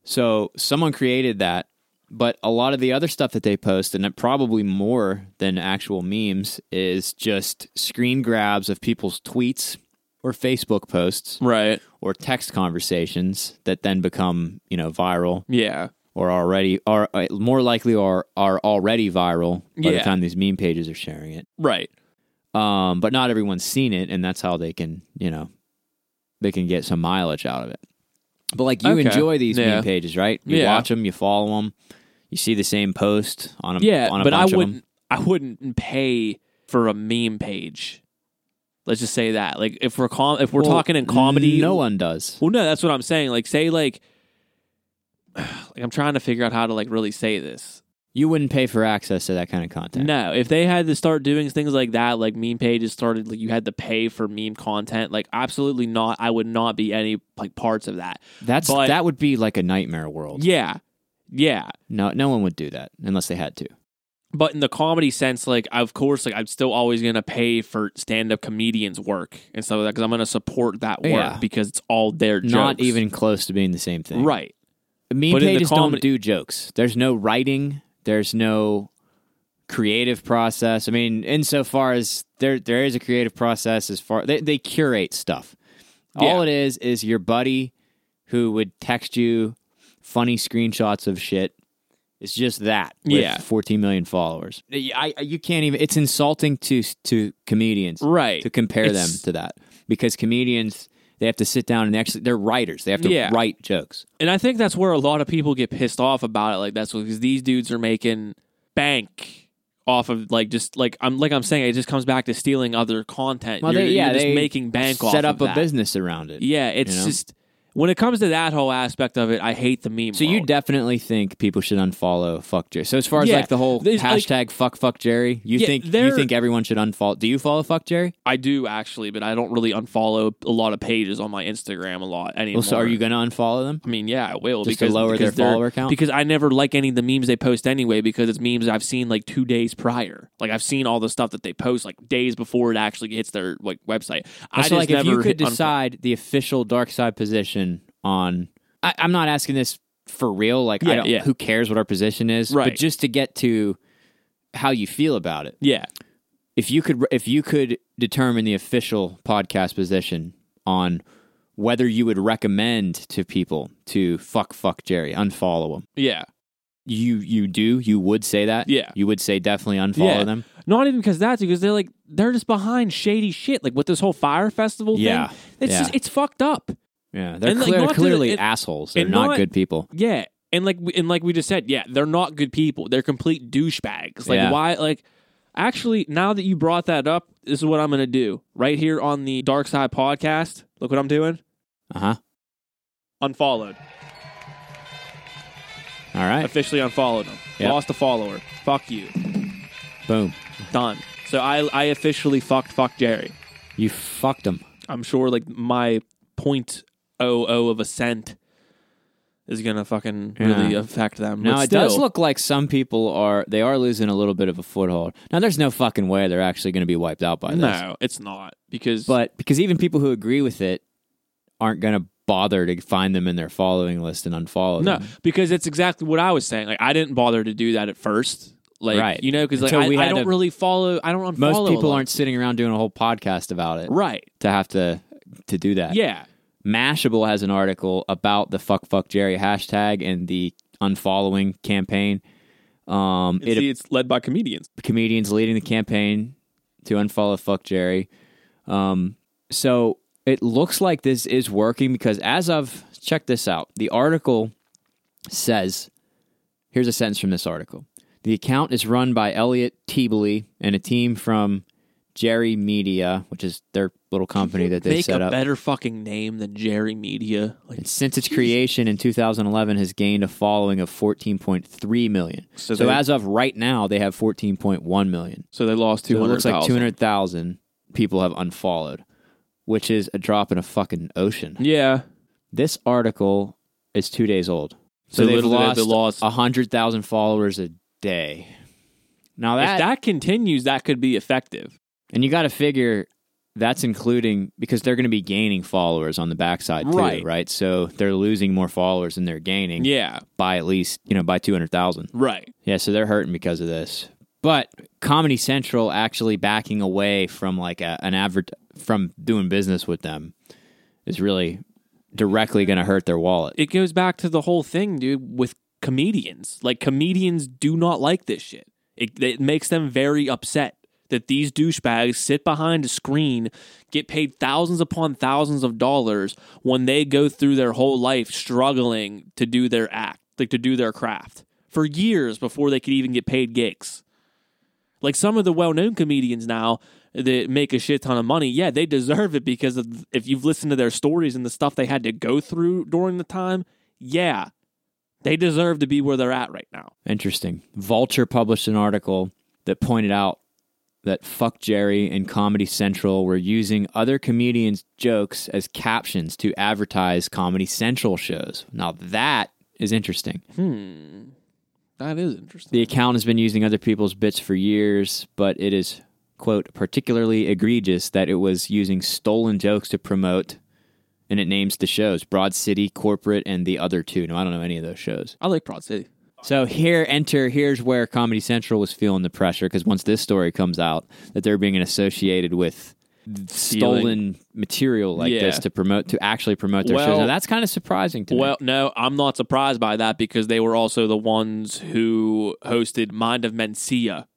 Speaker 2: So someone created that, but a lot of the other stuff that they post, and probably more than actual memes, is just screen grabs of people's tweets or Facebook posts
Speaker 1: Right.
Speaker 2: or text conversations that then become you know viral
Speaker 1: Yeah.
Speaker 2: or already are uh, more likely are are already viral by the
Speaker 1: Yeah.
Speaker 2: time these meme pages are sharing it.
Speaker 1: Right.
Speaker 2: Um, but not everyone's seen it, and that's how they can you know they can get some mileage out of it. But like you
Speaker 1: Okay.
Speaker 2: enjoy these
Speaker 1: Yeah.
Speaker 2: meme pages, right? You
Speaker 1: Yeah.
Speaker 2: watch them, you follow them, you see the same post on a
Speaker 1: Yeah,
Speaker 2: on a
Speaker 1: but I
Speaker 2: bunch of 'em.
Speaker 1: wouldn't. I wouldn't pay for a meme page. Let's just say that. Like if we're com- if we're
Speaker 2: Well,
Speaker 1: talking in comedy,
Speaker 2: No one does.
Speaker 1: Well, no, that's what I'm saying. Like say like, [SIGHS] like I'm trying to figure out how to like really say this.
Speaker 2: You wouldn't pay for access to that kind of content.
Speaker 1: No, if they had to start doing things like that, like meme pages started, like you had to pay for meme content. Like absolutely not. I would not be any like parts of that.
Speaker 2: That's
Speaker 1: But-
Speaker 2: that would be like a nightmare world.
Speaker 1: Yeah, yeah.
Speaker 2: No, no one would do that unless they had to.
Speaker 1: but in the comedy sense, like of course, like I'm still always gonna pay for stand up comedians' work and stuff like that because I'm gonna support that work
Speaker 2: Yeah.
Speaker 1: because it's all their jokes.
Speaker 2: Not even close to being the same thing.
Speaker 1: right.
Speaker 2: Meme
Speaker 1: But in the
Speaker 2: pages
Speaker 1: comedy-
Speaker 2: don't do jokes. There's no writing. There's no creative process. I mean, insofar as there there is a creative process as far they, they curate stuff. All
Speaker 1: Yeah.
Speaker 2: it is is your buddy who would text you funny screenshots of shit. It's just that. with
Speaker 1: Yeah.
Speaker 2: 14 million followers. I, I- you can't even. It's insulting to to comedians
Speaker 1: Right.
Speaker 2: to compare them
Speaker 1: It's-
Speaker 2: to that because comedians they have to sit down and actually they're writers. They have to
Speaker 1: Yeah.
Speaker 2: write jokes.
Speaker 1: And I think that's where a lot of people get pissed off about it. Like that's because these dudes are making bank off of like just like I'm like I'm saying it just comes back to stealing other content.
Speaker 2: Well,
Speaker 1: you're,
Speaker 2: they- yeah,
Speaker 1: you're just
Speaker 2: they
Speaker 1: making bank off
Speaker 2: set up
Speaker 1: of
Speaker 2: a
Speaker 1: that.
Speaker 2: business around it.
Speaker 1: Yeah, it's
Speaker 2: you know?
Speaker 1: just when it comes to that whole aspect of it, I hate the meme.
Speaker 2: So you
Speaker 1: world.
Speaker 2: definitely think people should unfollow fuck Jerry. So as far as
Speaker 1: Yeah,
Speaker 2: like the whole
Speaker 1: there's, like-
Speaker 2: hashtag fuck fuck Jerry, you
Speaker 1: Yeah,
Speaker 2: think you
Speaker 1: there-
Speaker 2: think everyone should unfollow? Do you follow fuck Jerry?
Speaker 1: I do actually, but I don't really unfollow a lot of pages on my Instagram a lot anymore.
Speaker 2: Well, so are you going to unfollow them?
Speaker 1: I mean, yeah, I will
Speaker 2: Just to
Speaker 1: because
Speaker 2: lower
Speaker 1: because they're-
Speaker 2: their follower count?
Speaker 1: Because I never like any of the memes they post anyway. Because it's memes I've seen like two days prior. Like I've seen all the stuff that they post like days before it actually hits their like website. I
Speaker 2: so
Speaker 1: just
Speaker 2: like if you
Speaker 1: never
Speaker 2: could
Speaker 1: hit unfo-
Speaker 2: decide the official dark side position on, I, I'm not asking this for real. Like I
Speaker 1: Yeah,
Speaker 2: don't.
Speaker 1: yeah.
Speaker 2: Who cares what our position is? But
Speaker 1: Right.
Speaker 2: just to get to how you feel about it.
Speaker 1: yeah,
Speaker 2: if you could if you could determine the official podcast position on whether you would recommend to people to fuck fuck Jerry, unfollow him.
Speaker 1: Yeah.
Speaker 2: You you do you would say that?
Speaker 1: Yeah.
Speaker 2: You would say definitely unfollow
Speaker 1: Yeah.
Speaker 2: them.
Speaker 1: Not even because that's because they're like they're just behind shady shit. Like with this whole fire festival
Speaker 2: Yeah.
Speaker 1: thing. It's
Speaker 2: Yeah.
Speaker 1: just it's fucked up.
Speaker 2: Yeah, they're
Speaker 1: And, like,
Speaker 2: clear-
Speaker 1: not to the-
Speaker 2: clearly
Speaker 1: and-
Speaker 2: assholes. They're
Speaker 1: and
Speaker 2: not,
Speaker 1: not-
Speaker 2: good people.
Speaker 1: Yeah. And like we- and like we just said, yeah, they're not good people. They're complete douchebags. Like
Speaker 2: Yeah.
Speaker 1: why like actually now that you brought that up, this is what I'm gonna do. Right here on the Dark Side podcast. Look what I'm doing.
Speaker 2: Uh huh.
Speaker 1: Unfollowed.
Speaker 2: All right.
Speaker 1: Officially unfollowed him.
Speaker 2: Yep.
Speaker 1: Lost a follower. Fuck you.
Speaker 2: Boom.
Speaker 1: Done. So I I officially fucked fuck Jerry.
Speaker 2: You fucked them.
Speaker 1: I'm sure like my point oh oh of a cent is gonna fucking really
Speaker 2: Yeah.
Speaker 1: affect them.
Speaker 2: Now
Speaker 1: But
Speaker 2: it does
Speaker 1: still-
Speaker 2: look like some people are they are losing a little bit of a foothold. Now there's no fucking way they're actually going to be wiped out by this.
Speaker 1: no, it's not because
Speaker 2: But because even people who agree with it aren't going to bother to find them in their following list and unfollow
Speaker 1: no,
Speaker 2: them.
Speaker 1: because it's exactly what I was saying. Like I didn't bother to do that at first. Like
Speaker 2: Right.
Speaker 1: you know, because like
Speaker 2: Until
Speaker 1: I,
Speaker 2: we
Speaker 1: I
Speaker 2: had
Speaker 1: don't
Speaker 2: to-
Speaker 1: really follow. I don't unfollow.
Speaker 2: Most
Speaker 1: a
Speaker 2: people
Speaker 1: lot.
Speaker 2: aren't sitting around doing a whole podcast about it
Speaker 1: right.
Speaker 2: to have to to do that.
Speaker 1: Yeah,
Speaker 2: Mashable has an article about the fuck fuck Jerry hashtag and the unfollowing campaign. Um, it
Speaker 1: see, it's led by comedians.
Speaker 2: comedians leading the campaign to unfollow fuck Jerry. Um, so it looks like this is working because as of check this out, the article says here's a sentence from this article. The account is run by Elliot Teebly and a team from Jerry Media, which is their little company that they
Speaker 1: Make
Speaker 2: set
Speaker 1: a
Speaker 2: up.
Speaker 1: better fucking name than Jerry Media. Like
Speaker 2: And since its creation in 2011 has gained a following of 14.3 million.
Speaker 1: So
Speaker 2: So,
Speaker 1: they-
Speaker 2: as of right now they have 14.1 million.
Speaker 1: so they lost two
Speaker 2: So it
Speaker 1: hundred.
Speaker 2: looks like 200,000 people have unfollowed, which is a drop in a fucking ocean.
Speaker 1: Yeah.
Speaker 2: This article is two days old. So, they've
Speaker 1: literally
Speaker 2: lost,
Speaker 1: they lost
Speaker 2: 100,000 followers a day. Now
Speaker 1: if
Speaker 2: that,
Speaker 1: that continues, that could be effective.
Speaker 2: and you got to figure that's including because they're going to be gaining followers on the backside too,
Speaker 1: Right.
Speaker 2: right? So they're losing more followers than they're gaining
Speaker 1: Yeah.
Speaker 2: by at least, you know, by 200,000.
Speaker 1: Right.
Speaker 2: Yeah, so they're hurting because of this. But Comedy Central actually backing away from like a, an advert from doing business with them is really directly going to hurt their wallet.
Speaker 1: It goes back to the whole thing, dude, with comedians. Like comedians do not like this shit. It, it makes them very upset that these douchebags sit behind a screen, get paid thousands upon thousands of dollars when they go through their whole life struggling to do their act, like to do their craft for years before they could even get paid gigs. Like some of the well-known comedians now that make a shit ton of money, yeah, they deserve it because of, if you've listened to their stories and the stuff they had to go through during the time, yeah, they deserve to be where they're at right now.
Speaker 2: Interesting. Vulture published an article that pointed out that Fuck Jerry and Comedy Central were using other comedians' jokes as captions to advertise Comedy Central shows. Now that is interesting.
Speaker 1: Hmm, that is interesting.
Speaker 2: The account has been using other people's bits for years, but it is, quote, particularly egregious that it was using stolen jokes to promote, and it names the shows Broad City, Corporate, and the other two. No, I don't know any of those shows.
Speaker 1: I like Prod City.
Speaker 2: So here, enter, here's where Comedy Central was feeling the pressure because once this story comes out, that they're being associated with stolen material like
Speaker 1: Yeah.
Speaker 2: this to promote, to actually promote their
Speaker 1: Well-
Speaker 2: shows. Now, that's kind of surprising to me.
Speaker 1: Well, no, I'm not surprised by that because they were also the ones who hosted Mind of Mencia,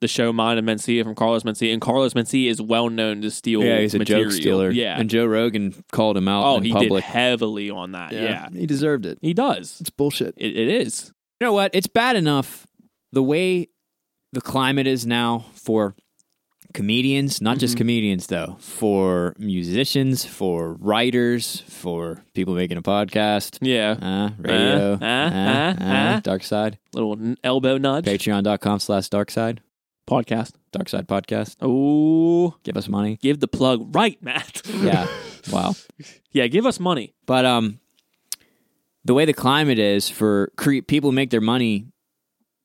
Speaker 1: the show Mind of Mencia from Carlos Mencia, and Carlos Mencia is well known to steal.
Speaker 2: Yeah, he's a
Speaker 1: material.
Speaker 2: joke stealer.
Speaker 1: Yeah.
Speaker 2: And Joe Rogan called him out
Speaker 1: Oh,
Speaker 2: in
Speaker 1: he
Speaker 2: public.
Speaker 1: did heavily on that. yeah.
Speaker 2: He deserved it.
Speaker 1: He does.
Speaker 2: It's bullshit.
Speaker 1: It, it is.
Speaker 2: You know what? It's bad enough the way the climate is now for comedians, not just comedians though, for musicians, for writers, for people making a podcast,
Speaker 1: Yeah.
Speaker 2: uh, radio,
Speaker 1: Uh, uh, uh,
Speaker 2: uh,
Speaker 1: uh.
Speaker 2: dark side,
Speaker 1: Little n- elbow nudge.
Speaker 2: patreon.com slash dark side,
Speaker 1: Podcast.
Speaker 2: dark side podcast.
Speaker 1: Oh,
Speaker 2: Give us money.
Speaker 1: give the plug right, Matt.
Speaker 2: [LAUGHS] Yeah. wow.
Speaker 1: [LAUGHS] yeah, give us money.
Speaker 2: But um, the way the climate is for cre- people make their money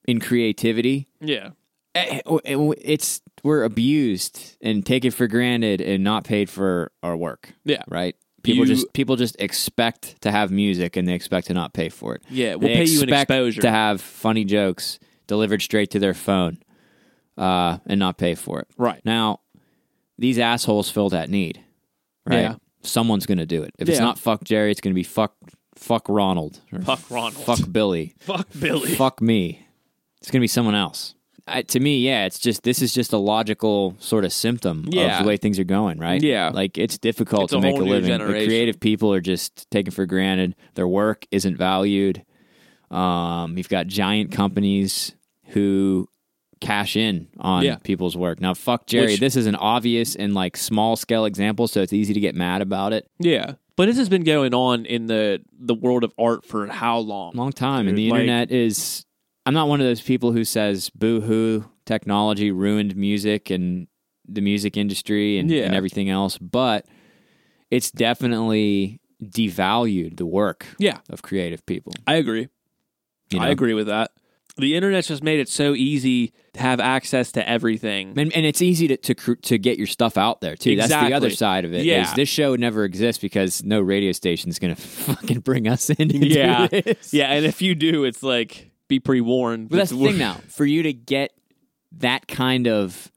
Speaker 2: in creativity,
Speaker 1: Yeah.
Speaker 2: eh, it's we're abused and taken for granted and not paid for our work.
Speaker 1: Yeah.
Speaker 2: Right. People
Speaker 1: You-
Speaker 2: just people just expect to have music and they expect to not pay for it.
Speaker 1: Yeah, we'll
Speaker 2: They
Speaker 1: pay you an
Speaker 2: expect
Speaker 1: exposure.
Speaker 2: to have funny jokes delivered straight to their phone. uh, and not pay for it.
Speaker 1: Right.
Speaker 2: Now, these assholes fill that need, right?
Speaker 1: Yeah.
Speaker 2: Someone's going to do it. If it's
Speaker 1: Yeah.
Speaker 2: not fuck Jerry, it's going to be fuck fuck Ronald or
Speaker 1: Fuck Ronald.
Speaker 2: [LAUGHS] fuck Billy,
Speaker 1: Fuck Billy.
Speaker 2: fuck me. It's going to be someone else. I, to me, yeah, it's just this is just a logical sort of symptom
Speaker 1: Yeah.
Speaker 2: of the way things are going, right?
Speaker 1: Yeah.
Speaker 2: like it's difficult
Speaker 1: It's
Speaker 2: to
Speaker 1: a
Speaker 2: make
Speaker 1: whole
Speaker 2: a
Speaker 1: new
Speaker 2: living. The
Speaker 1: generation.
Speaker 2: creative people are just taken for granted. Their work isn't valued. Um, you've got giant companies who cash in on
Speaker 1: Yeah.
Speaker 2: people's work. Now, fuck Jerry.
Speaker 1: Which-
Speaker 2: this is an obvious and like small scale example, so it's easy to get mad about it.
Speaker 1: Yeah. But this has been going on in the the world of art for how long?
Speaker 2: Long time, and
Speaker 1: Dude,
Speaker 2: the
Speaker 1: like-
Speaker 2: internet is. I'm not one of those people who says "boo hoo." Technology ruined music and the music industry and,
Speaker 1: Yeah.
Speaker 2: and everything else, but it's definitely devalued the work
Speaker 1: Yeah,
Speaker 2: of creative people.
Speaker 1: I agree.
Speaker 2: you
Speaker 1: I
Speaker 2: know?
Speaker 1: agree with that. The internet's just made it so easy to have access to everything.
Speaker 2: And, and it's easy to, to cr- to get your stuff out there too. That's the
Speaker 1: Exactly.
Speaker 2: other side of it. is
Speaker 1: Yeah.
Speaker 2: this show never exists because no radio station's going to [LAUGHS] fucking bring us in. to do
Speaker 1: Yeah.
Speaker 2: this.
Speaker 1: Yeah, and if you do, it's like be pre warned.
Speaker 2: But that's the thing now. For you to get that kind of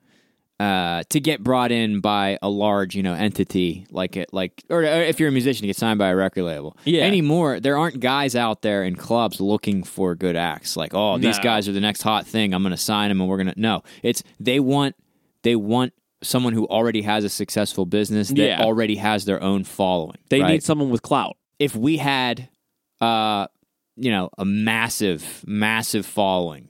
Speaker 2: uh, to get brought in by a large, you know, entity like it, like, or, or if you're a musician, to get signed by a record label.
Speaker 1: [LAUGHS] Yeah.
Speaker 2: Anymore, there aren't guys out there in clubs looking for good acts. Like, oh, these
Speaker 1: No.
Speaker 2: guys are the next hot thing. I'm going to sign them, and we're going to. No, it's they want they want someone who already has a successful business that
Speaker 1: Yeah.
Speaker 2: already has their own following.
Speaker 1: They
Speaker 2: right?
Speaker 1: need someone with clout.
Speaker 2: if we had uh you know a massive massive following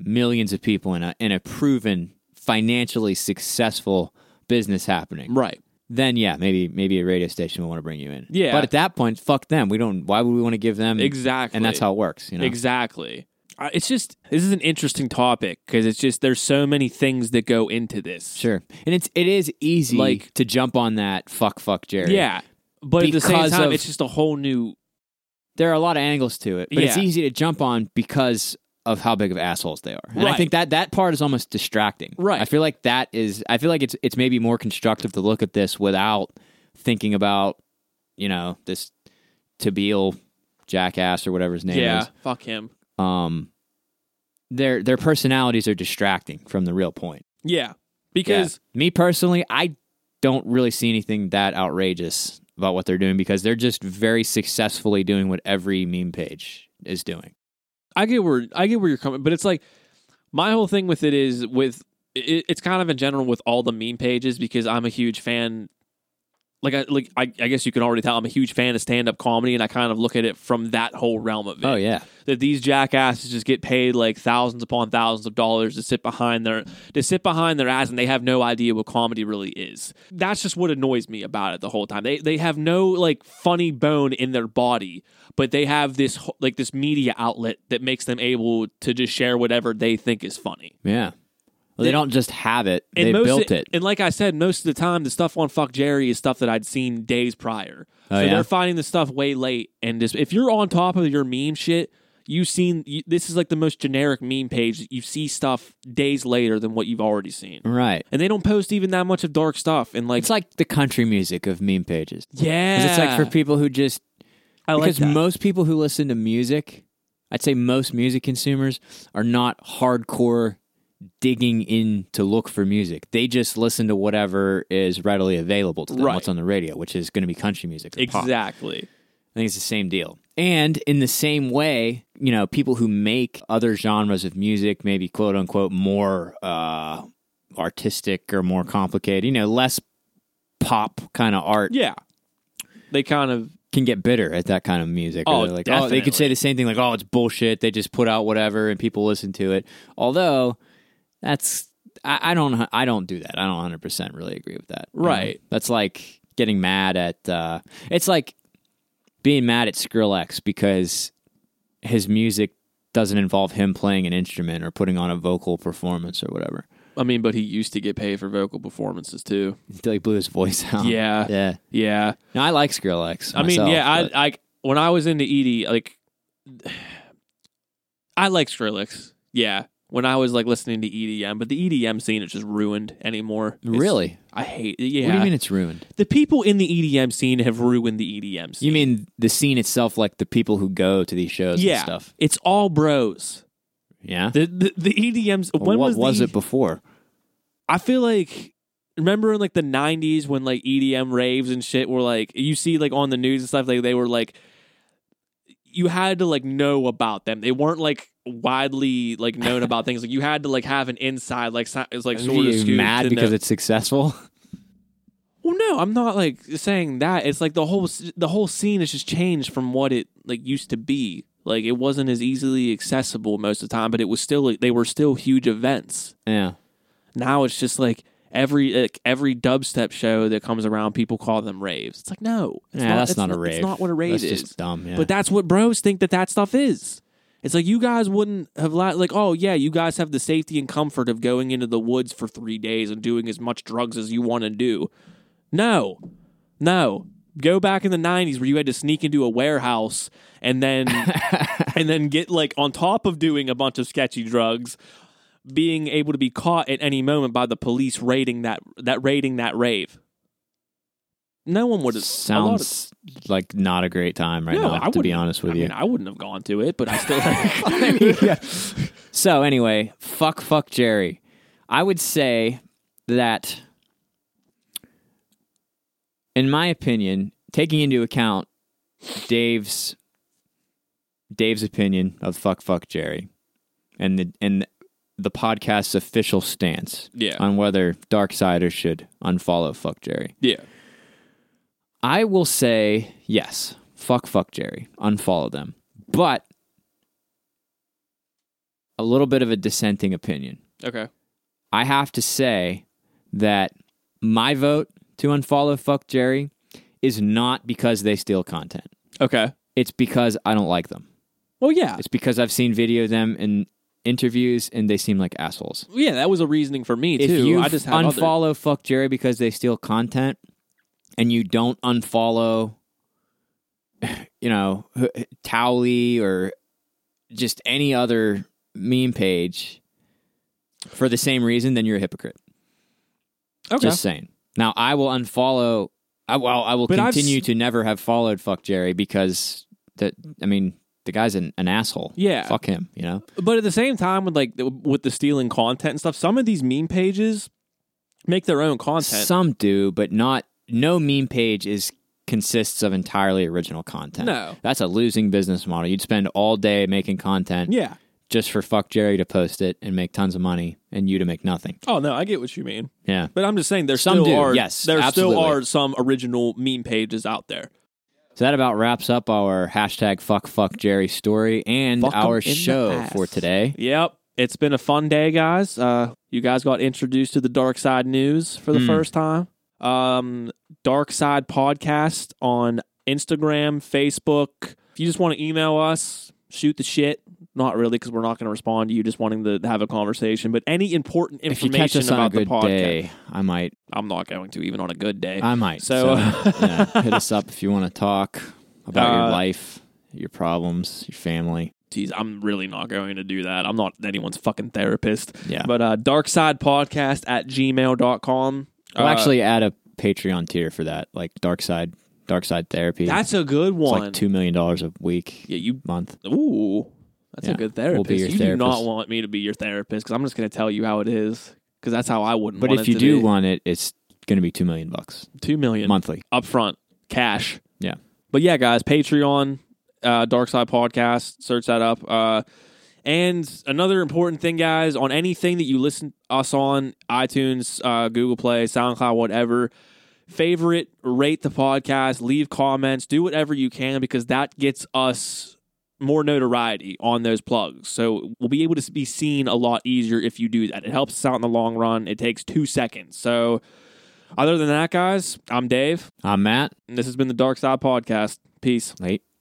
Speaker 2: millions of people in a in a proven financially successful business happening
Speaker 1: Right.
Speaker 2: then yeah maybe maybe a radio station will want to bring you in
Speaker 1: Yeah.
Speaker 2: but at that point fuck them we don't why would we want to give them
Speaker 1: Exactly.
Speaker 2: and that's how it works you know
Speaker 1: Exactly. Uh, It's just this is an interesting topic because it's just there's so many things that go into this.
Speaker 2: sure and it's it is easy
Speaker 1: Like-
Speaker 2: to jump on that fuck fuck jerry
Speaker 1: Yeah, but at the same
Speaker 2: Because
Speaker 1: time,
Speaker 2: of-
Speaker 1: it's just a whole new.
Speaker 2: there are a lot of angles to it, but it's
Speaker 1: Yeah.
Speaker 2: easy to jump on because of how big of assholes they are. And I
Speaker 1: Right.
Speaker 2: think that that part is almost distracting.
Speaker 1: Right.
Speaker 2: I feel like that is I feel like it's it's maybe more constructive to look at this without thinking about, you know, this Tabeel jackass or whatever his name
Speaker 1: Yeah,
Speaker 2: is.
Speaker 1: fuck him.
Speaker 2: Um their their personalities are distracting from the real point.
Speaker 1: Yeah,
Speaker 2: Yeah.
Speaker 1: because
Speaker 2: me personally, I don't really see anything that outrageous about what they're doing because they're just very successfully doing what every meme page is doing.
Speaker 1: I get where I get where you're coming, but it's like my whole thing with it is with it, it's kind of in general with all the meme pages because I'm a huge fan. Like I like I, I guess you can already tell I'm a huge fan of stand up comedy, and I kind of look at it from that whole realm of it.
Speaker 2: Oh yeah,
Speaker 1: that these jackasses just get paid like thousands upon thousands of dollars to sit behind their to sit behind their ass and they have no idea what comedy really is. That's just what annoys me about it the whole time. They they have no like funny bone in their body, but they have this ho- like this media outlet that makes them able to just share whatever they think is funny.
Speaker 2: yeah. Well, they don't just have it;
Speaker 1: And
Speaker 2: they
Speaker 1: most
Speaker 2: built it.
Speaker 1: And like I said, most of the time the stuff on Fuck Jerry is stuff that I'd seen days prior.
Speaker 2: Oh,
Speaker 1: so
Speaker 2: yeah?
Speaker 1: they're finding the stuff way late. And just if you're on top of your meme shit, you've seen you, this is like the most generic meme page. You see stuff days later than what you've already seen.
Speaker 2: Right.
Speaker 1: And they don't post even that much of dark stuff. And like,
Speaker 2: Mm. It's like the country music of meme pages. 'Cause
Speaker 1: yeah,
Speaker 2: It's like for people who just
Speaker 1: I like
Speaker 2: because
Speaker 1: that.
Speaker 2: most people who listen to music, I'd say most music consumers are not hardcore digging in to look for music. They just listen to whatever is readily available to them,
Speaker 1: Right.
Speaker 2: what's on the radio, which is going to be country music. or pop.
Speaker 1: exactly.
Speaker 2: I think it's the same deal. And in the same way, you know, people who make other genres of music, maybe quote unquote more uh, artistic or more complicated, you know, less pop kind of art
Speaker 1: Yeah, they kind of
Speaker 2: can get bitter at that kind of music.
Speaker 1: Oh,
Speaker 2: Or they're like, oh, they
Speaker 1: definitely.
Speaker 2: could say the same thing like, oh, it's bullshit. They just put out whatever and people listen to it. Although that's I, I don't I don't do that. I don't 100 percent really agree with that. you know?
Speaker 1: Right.
Speaker 2: That's like getting mad at uh, it's like being mad at Skrillex because his music doesn't involve him playing an instrument or putting on a vocal performance or whatever
Speaker 1: I mean, but he used to get paid for vocal performances too.
Speaker 2: until he blew his voice [LAUGHS] out.
Speaker 1: Yeah.
Speaker 2: Yeah.
Speaker 1: Yeah.
Speaker 2: No, I like Skrillex.
Speaker 1: I mean,
Speaker 2: myself,
Speaker 1: yeah,
Speaker 2: but-
Speaker 1: I, I when I was into Edie, like I like Skrillex. Yeah, when I was like listening to EDM, but the EDM scene is just ruined anymore. It's-
Speaker 2: really.
Speaker 1: I hate. Yeah,
Speaker 2: What do you mean it's ruined?
Speaker 1: the people in the EDM scene have ruined the E EDM scene.
Speaker 2: You mean the scene itself, like the people who go to these shows
Speaker 1: yeah,
Speaker 2: and stuff?
Speaker 1: it's all bros.
Speaker 2: Yeah.
Speaker 1: The the, the EDMs.
Speaker 2: Well,
Speaker 1: when
Speaker 2: what
Speaker 1: was,
Speaker 2: was,
Speaker 1: the,
Speaker 2: it before?
Speaker 1: I feel like remember in like the '90s when like EDM raves and shit were like you see like on the news and stuff like they were like you had to like know about them. They weren't like widely like known about things. Like you had to like have an inside like si- it's like
Speaker 2: Are
Speaker 1: sort of
Speaker 2: you
Speaker 1: scoop
Speaker 2: mad
Speaker 1: to know.
Speaker 2: because it's successful? [LAUGHS]
Speaker 1: Well, no, I'm not like saying that. It's like the whole s- the whole scene has just changed from what it like used to be. Like it wasn't as easily accessible most of the time, but it was still like, they were still huge events.
Speaker 2: Yeah.
Speaker 1: Now it's just like every like, every dubstep show that comes around, people call them raves. It's like no, it's
Speaker 2: yeah, that's
Speaker 1: it's
Speaker 2: not a rave.
Speaker 1: It's not what a rave
Speaker 2: that's
Speaker 1: is.
Speaker 2: just dumb. Yeah.
Speaker 1: But that's what bros think that that stuff is. It's like you guys wouldn't have li- like, oh yeah, you guys have the safety and comfort of going into the woods for three days and doing as much drugs as you want to do. No, no. Go back in the '90s where you had to sneak into a warehouse and then
Speaker 2: [LAUGHS]
Speaker 1: and then get like on top of doing a bunch of sketchy drugs, being able to be caught at any moment by the police raiding that that raiding that rave. No one would have a lot of-
Speaker 2: sounds like not a great time right
Speaker 1: No,
Speaker 2: now.
Speaker 1: I
Speaker 2: to be
Speaker 1: wouldn't-
Speaker 2: honest with
Speaker 1: I
Speaker 2: you.
Speaker 1: mean, I wouldn't have gone to it, but I still.
Speaker 2: [LAUGHS] So anyway, fuck fuck Jerry. I would say that in my opinion, taking into account Dave's Dave's opinion of fuck fuck Jerry and the and the podcast's official stance
Speaker 1: Yeah.
Speaker 2: on whether Darksiders should unfollow fuck Jerry.
Speaker 1: yeah.
Speaker 2: I will say yes. Fuck, fuck Jerry. Unfollow them. But a little bit of a dissenting opinion.
Speaker 1: Okay.
Speaker 2: I have to say that my vote to unfollow fuck Jerry is not because they steal content.
Speaker 1: Okay.
Speaker 2: It's because I don't like them.
Speaker 1: Well, yeah.
Speaker 2: It's because I've seen video of them in interviews and they seem like assholes.
Speaker 1: Yeah, that was a reasoning for me, too.
Speaker 2: If you
Speaker 1: I just had other-
Speaker 2: unfollow fuck Jerry because they steal content, and you don't unfollow, [SIGHS] you know, Towley or just any other meme page for the same reason, then you're a hypocrite.
Speaker 1: Okay.
Speaker 2: Just saying. Now I will unfollow. I, well, I will
Speaker 1: But I've
Speaker 2: continue
Speaker 1: s-
Speaker 2: to never have followed fuck Jerry because that. I mean, the guy's an, an asshole.
Speaker 1: Yeah.
Speaker 2: fuck him. You know.
Speaker 1: But at the same time, with like the- with the stealing content and stuff, some of these meme pages make their own content.
Speaker 2: Some do, but not. No meme page is consists of entirely original content.
Speaker 1: No.
Speaker 2: that's a losing business model. You'd spend all day making content
Speaker 1: yeah.
Speaker 2: just for fuck Jerry to post it and make tons of money, and you to make nothing.
Speaker 1: Oh no, I get what you mean.
Speaker 2: Yeah.
Speaker 1: But I'm just saying there
Speaker 2: Some
Speaker 1: still
Speaker 2: do,
Speaker 1: are
Speaker 2: yes,
Speaker 1: there still
Speaker 2: absolutely.
Speaker 1: are some original meme pages out there.
Speaker 2: So that about wraps up our hashtag fuck fuck Jerry story and
Speaker 1: Fuck 'em
Speaker 2: our
Speaker 1: in the
Speaker 2: show
Speaker 1: ass.
Speaker 2: for today.
Speaker 1: Yep. It's been a fun day, guys. Uh, you guys got introduced to the Dark Side News for the
Speaker 2: Hmm.
Speaker 1: first time. Um, Dark Side Podcast on Instagram, Facebook. If you just want to email us, shoot the shit. Not really, because we're not going to respond to you just wanting to have a conversation. But any important
Speaker 2: If you catch
Speaker 1: information
Speaker 2: us on a
Speaker 1: about the
Speaker 2: good
Speaker 1: podcast,
Speaker 2: day, I might.
Speaker 1: I'm not going to, even on a good day.
Speaker 2: I might.
Speaker 1: So- [LAUGHS]
Speaker 2: So, yeah, hit us up if you want to talk about your
Speaker 1: Uh,
Speaker 2: life, your problems, your family.
Speaker 1: Jeez, I'm really not going to do that. I'm not anyone's fucking therapist.
Speaker 2: Yeah.
Speaker 1: But uh, darksidepodcast at gmail.com.
Speaker 2: We'll
Speaker 1: Uh,
Speaker 2: actually add a Patreon tier for that, like Dark Side, Dark Side Therapy.
Speaker 1: That's a good
Speaker 2: it's
Speaker 1: one.
Speaker 2: like two million dollars a week,
Speaker 1: yeah, you.
Speaker 2: month.
Speaker 1: Ooh, that's a
Speaker 2: Yeah,
Speaker 1: good
Speaker 2: we'll
Speaker 1: therapist.
Speaker 2: be your
Speaker 1: you do not
Speaker 2: therapist.
Speaker 1: want me to be your therapist because I'm just going to tell you how it is because that's how I wouldn't.
Speaker 2: But
Speaker 1: want
Speaker 2: if
Speaker 1: it
Speaker 2: you
Speaker 1: to
Speaker 2: do
Speaker 1: be.
Speaker 2: want it, it's going to be two million bucks
Speaker 1: two million
Speaker 2: monthly.
Speaker 1: upfront cash.
Speaker 2: Yeah.
Speaker 1: But yeah, guys, Patreon, uh, Dark Side Podcast, search that up. Uh, and another important thing, guys, on anything that you listen us on, iTunes, uh, Google Play, SoundCloud, whatever, favorite, rate the podcast, leave comments, do whatever you can because that gets us more notoriety on those plugs. So we'll be able to be seen a lot easier if you do that. It helps us out in the long run. It takes two seconds. So other than that, guys, I'm Dave.
Speaker 2: I'm Uh, Matt.
Speaker 1: And this has been the Dark Side Podcast. Peace.
Speaker 2: Late.